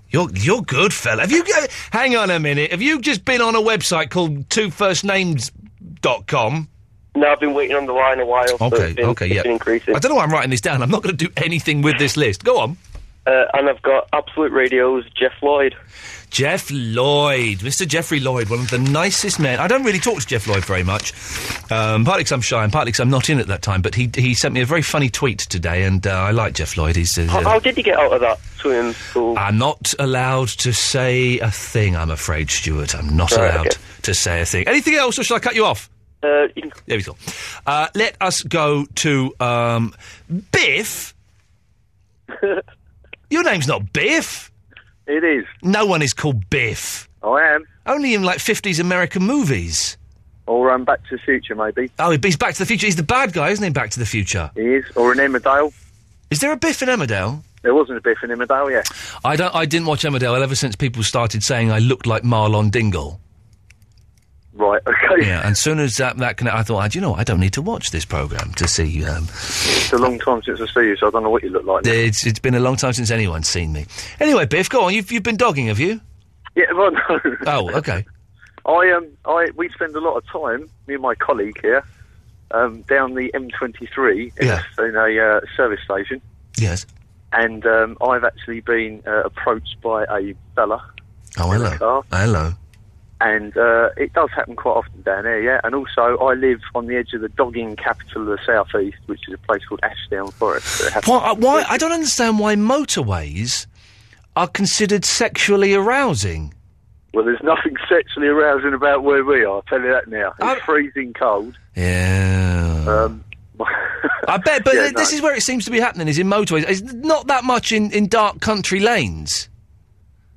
You're you're good, fella. Have you? uh, hang on a minute. Have you just been on a website called twofirstnames.com? No, I've been waiting on the line a while. so Okay. it's been- okay. it's Yeah. been increasing. I don't know why I'm writing this down. I'm not going to do anything with this list. Go on. Uh, and I've got Absolute Radio's Jeff Lloyd. Jeff Lloyd, Mr. Jeffrey Lloyd, one of the nicest men. I don't really talk to Jeff Lloyd very much, um, partly because I'm shy and partly because I'm not in at that time. But he he sent me a very funny tweet today, and uh, I like Jeff Lloyd. He's uh, How, how did you get out of that swimming pool? I'm not allowed to say a thing. I'm afraid, Stuart. I'm not Right, allowed okay. to say a thing. Anything else, or shall I cut you off? Uh, you can... There we go. Uh, let us go to um, Biff. Your name's not Biff. It is. No one is called Biff. I am. Only in like 50s American movies. Or um, Back to the Future, maybe. Oh, he's Back to the Future. He's the bad guy, isn't he? in Back to the Future. He is. Or in Emmerdale. Is there a Biff in Emmerdale? There wasn't a Biff in Emmerdale, yeah. I don't. I didn't watch Emmerdale ever since people started saying I looked like Marlon Dingle. Right, okay. Yeah, and soon as that, that connect, I thought, "Ah, do you know, what? I don't need to watch this program to see. Um, It's a long time since I see you, so I don't know what you look like. now. it's, it's been a long time since anyone's seen me. Anyway, Biff, go on. You've you've been dogging, have you? Yeah, well, no. Oh, okay. I um, I we spend a lot of time me and my colleague here, um, down the M23 in Yeah. a, in a uh, service station, Yes. and um, I've actually been uh, approached by a fella Oh, in a hello. car, Hello. and uh, it does happen quite often down here, yeah. And also, I live on the edge of the dogging capital of the southeast, which is a place called Ashdown Forest. So it happens- Why, uh, why? I don't understand why motorways are considered sexually arousing. Well, there's nothing sexually arousing about where we are. I'll tell you that now. It's freezing cold. Yeah. Um, I bet, but Yeah, th- this no. is where it seems to be happening: is in motorways. It's not that much in, in dark country lanes.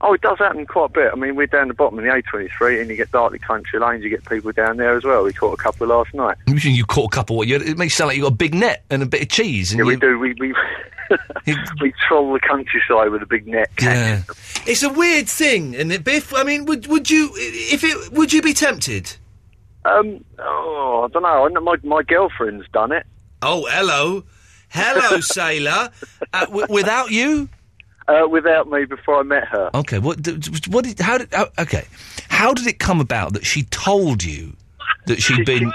Oh, it does happen quite a bit. I mean, we're down the bottom of the A23, and you get darkly country lanes. You get people down there as well. We caught a couple last night. You think you caught a couple. What you, it makes you sound like you got a big net and a bit of cheese. And Yeah, we you- do. We we, we troll the countryside with a big net. Yeah. It's a weird thing, and it, Biff. I mean, would would you if it would you be tempted? Um. Oh, I don't know. I know my my girlfriend's done it. Oh, hello, hello, sailor. Uh, w- without you? Uh, without me before I met her. Okay. What? d- d- What? Did, how did? How, okay. How did it come about that she told you that she'd been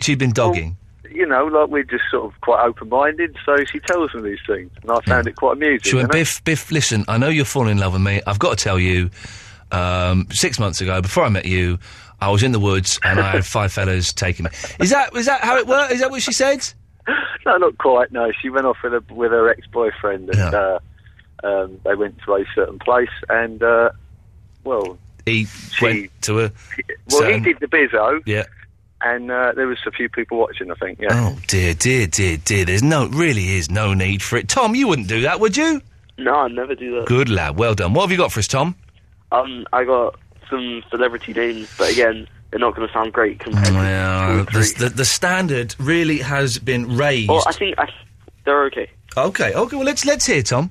she'd been dogging? You know, like we're just sort of quite open minded, so she tells me these things, and I found it quite amusing. She went, you know? Biff, Biff, listen, I know you're falling in love with me. I've got to tell you, um, six months ago, before I met you, I was in the woods and I had five fellas taking me. Is that is that how it worked? Is that what she said? No, not quite. No, she went off with her with her ex boyfriend, and uh, um, they went to a certain place, and uh, well, He went to a. well, certain- he did the bizzo, Yeah. and uh, there was a few people watching. I think, yeah. Oh dear, dear, dear, dear. There's no, really is no need for it. Tom, you wouldn't do that, would you? No, I never Uh. do that. Good lad, well done. What have you got for us, Tom? Um, I got some celebrity names, but again, they're not going to sound great compared to. Well, the, the, the standard really has been raised. Well, I think I, they're okay. Okay, okay. Well, let's let's hear Tom.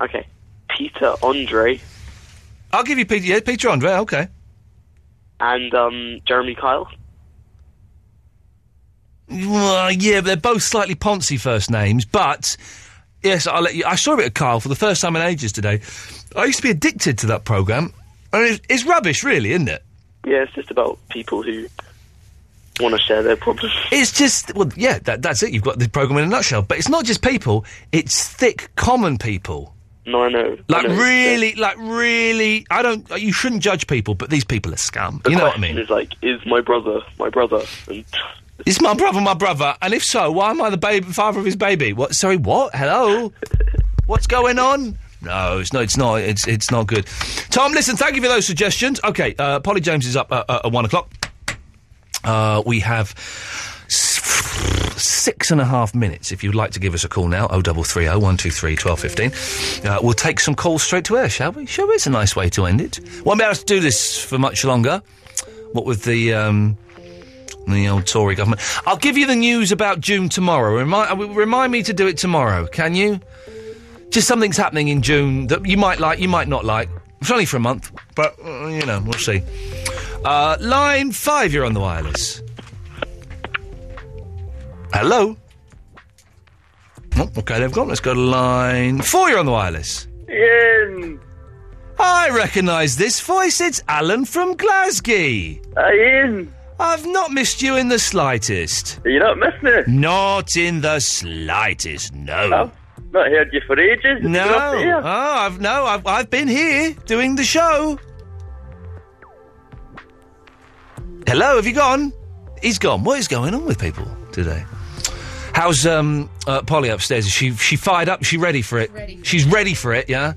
Okay. Peter Andre I'll give you Peter, yeah, Peter Andre. Okay. and um, Jeremy Kyle. Well, yeah, but they're both slightly poncy first names, but yes, I'll let you. I saw it at Kyle for the first time in ages today. I used to be addicted to that program, and it's, it's rubbish, really, isn't it? Yeah, it's just about people who want to share their problems. It's just well, yeah, that, that's it. You've got the program in a nutshell. But it's not just people; it's thick, common people. No, I know. Like I know, really, like really. I don't. You shouldn't judge people, but these people are scum. The you know what I question mean? Is like, is my brother my brother? And Is my brother my brother? And if so, why am I the baby, father of his baby? What? Sorry, what? Hello? What's going on? No, it's not. It's not. It's it's not good. Tom, listen. Thank you for those suggestions. Okay, uh, Polly James is up uh, uh, at one o'clock. Uh, we have s- six and a half minutes. If you'd like to give us a call now, oh double three oh one two three twelve fifteen. Uh, we'll take some calls straight to air, shall we? Sure, it's a nice way to end it. Won't be able to do this for much longer. What with the um, the old Tory government. I'll give you the news about June tomorrow. Remind, uh, remind me to do it tomorrow, can you? Just something's happening in June that you might like, you might not like. It's only for a month, but uh, you know, we'll see. Uh, line five, you're on the wireless. Hello. Oh, okay, they've gone. Let's go to line four. You're on the wireless. Ian, I recognise this voice. It's Alan from Glasgow. Uh, Ian. I've not missed you in the slightest. you not missing it? Oh, Not in the slightest, no. Not heard you for ages. No, Been up oh, here. I've no, I've, I've been here doing the show. Hello, have you gone? He's gone. What is going on with people today? How's um, uh, Polly upstairs? Is she she fired up? Is she ready for it? She's ready for it. Yeah.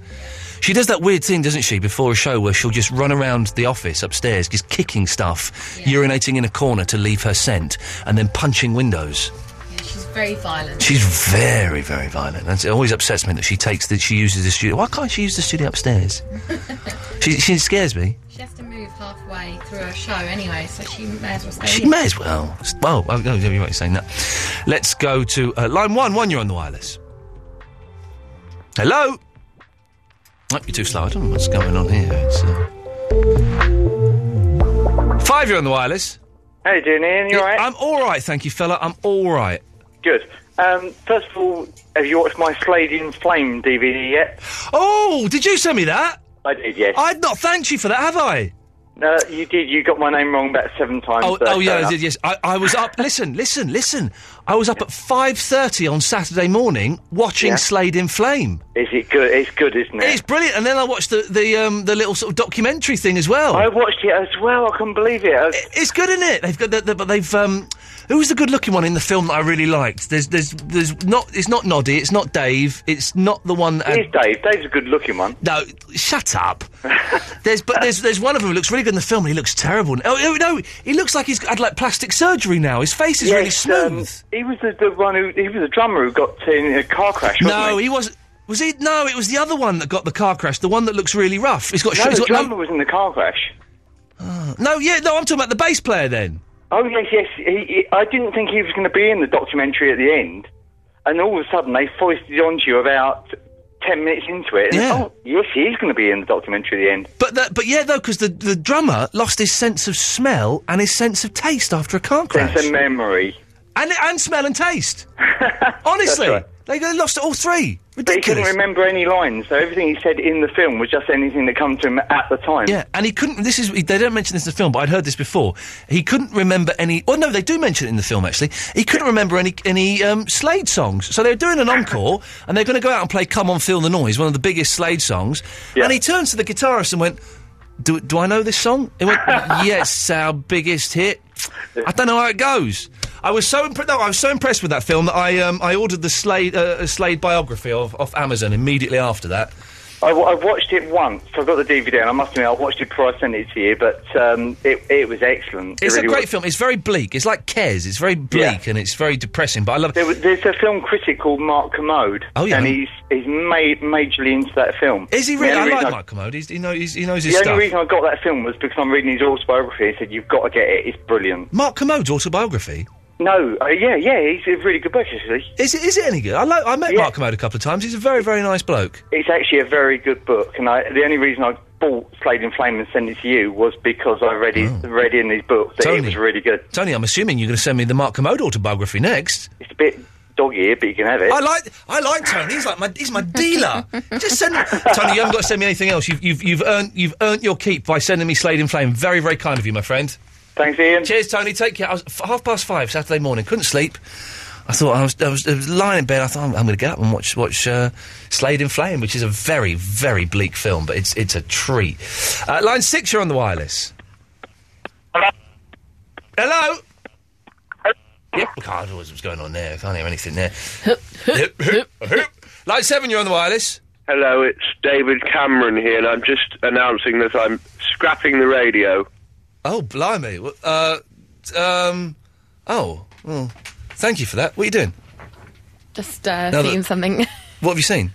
She does that weird thing, doesn't she, before a show where she'll just run around the office upstairs, just kicking stuff, urinating in a corner to leave her scent, and then punching windows. She's very violent. She's very, very violent. And it always upsets me that she takes that she uses the studio. Why can't she use the studio upstairs? she, she scares me. She has to move halfway through her show anyway, so she may as well stay. She here. may as well. S- Well, oh, no, you might saying that. Let's go to uh, line one. One, you're on the wireless. Hello. Oh, you're too slow. I don't know what's going on here. It's, uh... Five, you're on the wireless. How you doing, Ian? You alright? I'm all right, thank you, fella. I'm all right. Good. Um, first of all, have you watched my Slade in Flame DVD yet? Oh, did you send me that? I did, yes. I'd not thanked you for that, have I? No, you did. You got my name wrong about seven times. Oh, so oh yeah, fair I did. enough. Yes, I, I was up. listen, listen, listen. I was up at five thirty on Saturday morning watching Yeah. Slade in Flame. Is it good? It's good, isn't it? It's brilliant. And then I watched the the um, the little sort of documentary thing as well. I watched it as well. I couldn't believe it. I was- it's good, isn't it? They've got the, the, but they've um, who was the good looking one in the film that I really liked? There's there's there's not it's not Noddy, it's not Dave, it's not the one. That It is Dave. Dave's a good-looking one. No, shut up. there's but there's there's one of them who looks really good in the film and he looks terrible. Oh, Oh no, he looks like he's had like plastic surgery now. His face is really Yes, smooth. Um, he was the, the one who he was the drummer who got in a car crash. Wasn't No, he wasn't. Was he? No, it was the other one that got the car crash. The one that looks really rough. He's got. No, he's the got drummer was in the car crash. Oh, no, yeah, no. I'm talking about the bass player then. Oh yes, yes. He, he, I didn't think he was going to be in the documentary at the end, and all of a sudden they foisted it onto you about ten minutes into it. And, Yeah. Oh, yes, he is going to be in the documentary at the end. But that, but yeah, though, because the the drummer lost his sense of smell and his sense of taste after a car crash. It's a memory. and and smell and taste. Honestly, That's they they lost all three. But he couldn't Ridiculous. remember any lines, so everything he said in the film was just anything that come to him at the time. Yeah, and he couldn't. This is they don't mention this in the film, but I'd heard this before. He couldn't remember any. Well, no, they do mention it in the film actually. He couldn't remember any any um, Slade songs. So they were doing an encore, and they're going to go out and play "Come On, Feel the Noise," one of the biggest Slade songs. And he turns to the guitarist and went, "Do do I know this song?" He went, "Yes, our biggest hit. I don't know how it goes." I was so impre- no, I was so impressed with that film that I um, I ordered the Slade uh, Slade biography off, off Amazon immediately after that. I, w- I watched it once. I've got the DVD, and I must admit, I watched it before I sent it to you, but um, it, it was excellent. It It's really a great was. film. It's very bleak. It's like Kes. It's very bleak and it's very depressing. But I love. There was, there's a film critic called Mark Commode, Oh, yeah. and he's he's made majorly into that film. Is he really? The I only like reason Mike Commode. He's, he, know, he's, he knows The his only stuff. reason I got that film was because I'm reading his autobiography. He said, "You've got to get it. It's brilliant." Mark Commode's autobiography. No, uh, yeah, yeah, he's a really good book, actually. Is it? Is it any good? I like. I met Mark Commode a couple of times. He's a very, very nice bloke. It's actually a very good book, and I, the only reason I bought Slade in Flame and sent it to you was because I read his, read in his book that it was really good. Oh. Tony, I'm assuming you're going to send me the Mark Commode autobiography next. It's a bit dog-eared, but you can have it. I like. I like Tony. He's like my. He's my dealer. Just send. Tony, you haven't got to send me anything else. You've, you've, you've earned. You've earned your keep by sending me Slade in Flame. Very, very kind of you, my friend. Thanks, Ian. Cheers, Tony. Take care. I was f- half past five Saturday morning. Couldn't sleep. I thought I was, I was, I was lying in bed. I thought I'm, going to get up and watch watch uh, Slade in Flame, which is a very very bleak film, but it's it's a treat. Uh, line six, you're on the wireless. Hello. Yep. I can't know what's going on there. I can't hear anything there. Hup, hup, hup. line seven, you're on the wireless. Hello, it's David Cameron here, and I'm just announcing that I'm scrapping the radio. Oh blimey. Well, Uh, t- um. Oh. Well, thank you for that. What are you doing? Just uh, Now that- seeing something. What have you seen?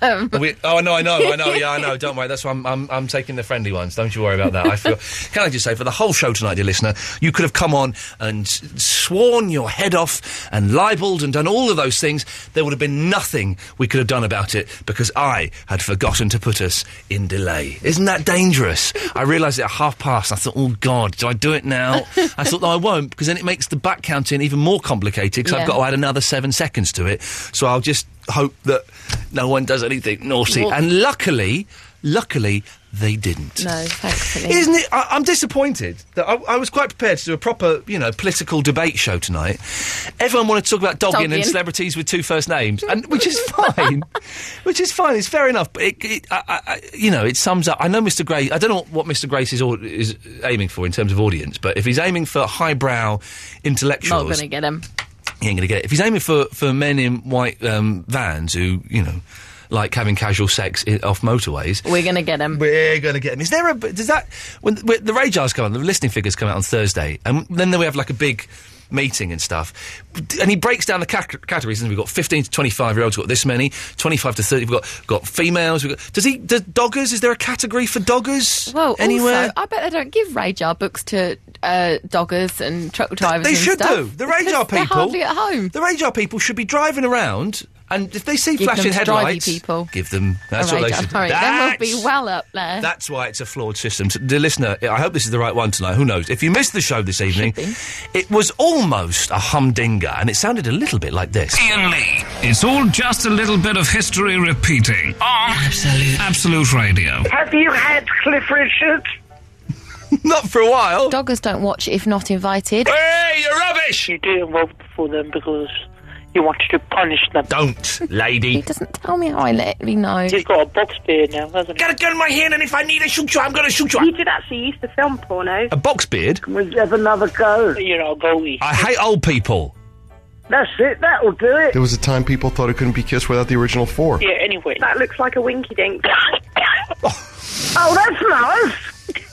Um, We, oh no, I know, I know, yeah, I know. Don't worry. That's why I'm, I'm, I'm taking the friendly ones. Don't you worry about that. I feel. Can I just say for the whole show tonight, dear listener, you could have come on and s- sworn your head off and libelled and done all of those things. There would have been nothing we could have done about it because I had forgotten to put us in delay. Isn't that dangerous? I realised it at half past. And I thought, oh God, do I do it now? I thought, no, I won't because then it makes the back counting even more complicated because Yeah. I've got to add another seven seconds to it. So I'll just hope that no one does anything naughty. Well- and luckily, luckily, they didn't. no, thankfully. Isn't it? I, I'm disappointed that I, I was quite prepared to do a proper, you know, political debate show tonight. Everyone wanted to talk about dogging Dogging. and celebrities with two first names, and which is fine, which is fine. It's fair enough, but it, it I, I, I- you know, it sums up. I know Mr. Gray. I don't know what Mr. Grace is au- is aiming for in terms of audience, but if he's aiming for highbrow Not intellectuals, going to get him. he ain't going to get it. If he's aiming for, for men in white um, vans who, you know, like having casual sex i- off motorways. We're going to get him. We're going to get him. Is there a. Does that. When, when the radars come out, the listening figures come out on Thursday, and then we have like a big meeting and stuff. And he breaks down the cat- categories, and we've got 15 to 25 year olds, we've got this many, 25 to 30, we've got, got females. We've got, does he. Does doggers? Is there a category for doggers? Well, anywhere? also, I bet they don't give radar books to uh, doggers and truck drivers. They and should stuff. do. The radar They're people. hardly at home. The radar people should be driving around, and if they see Give flashing them to drivey headlights, people. give them. That's a what radar. they should. All right, That's, they will be well up there. that's why it's a flawed system. So, dear listener, I hope this is the right one tonight. Who knows? If you missed the show this evening, it was almost a humdinger, and it sounded a little bit like this. Ian Lee. It's all just a little bit of history repeating on Absolute, Absolute Radio. Have you had Cliff Richard? not for a while. Doggers don't watch if not invited. Hey, you're rubbish! You're doing well for them because you wanted to punish them. Don't, lady. Tell me how I let me know. He's got a box beard now, hasn't he? Got a gun in my hand, and if I need to shoot you, I'm going to shoot you. He did actually used to film porno. A box beard. Let's have another go. You're not goalie. I hate old people. That's it. That'll do it. There was a time people thought it couldn't be kissed without the original four. Yeah. Anyway, that looks like a winky dink. oh, that's nice.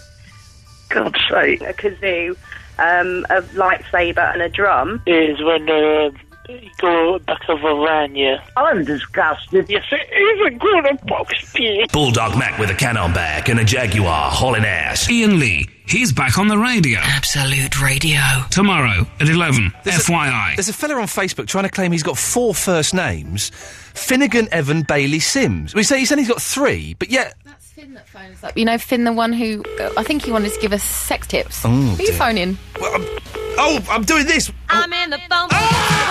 God's sake. A kazoo, um, a lightsaber, and a drum. Is when uh, you go back of a van, yeah. I'm disgusted. Yes, it is a good box beard. Bulldog Mac with a cannon back and a Jaguar hauling ass. Ian Lee. He's back on the radio. Absolute Radio. Tomorrow at 11. FYI. There's a fella on Facebook trying to claim he's got four first names Finnegan, Evan, Bailey, Sims. We say he's only got three, but yet. You know, Finn, the one who uh, I think he wanted to give us sex tips. Oh, Who are you dear. phoning? Oh, I'm doing this. Ah! I'm in the phone.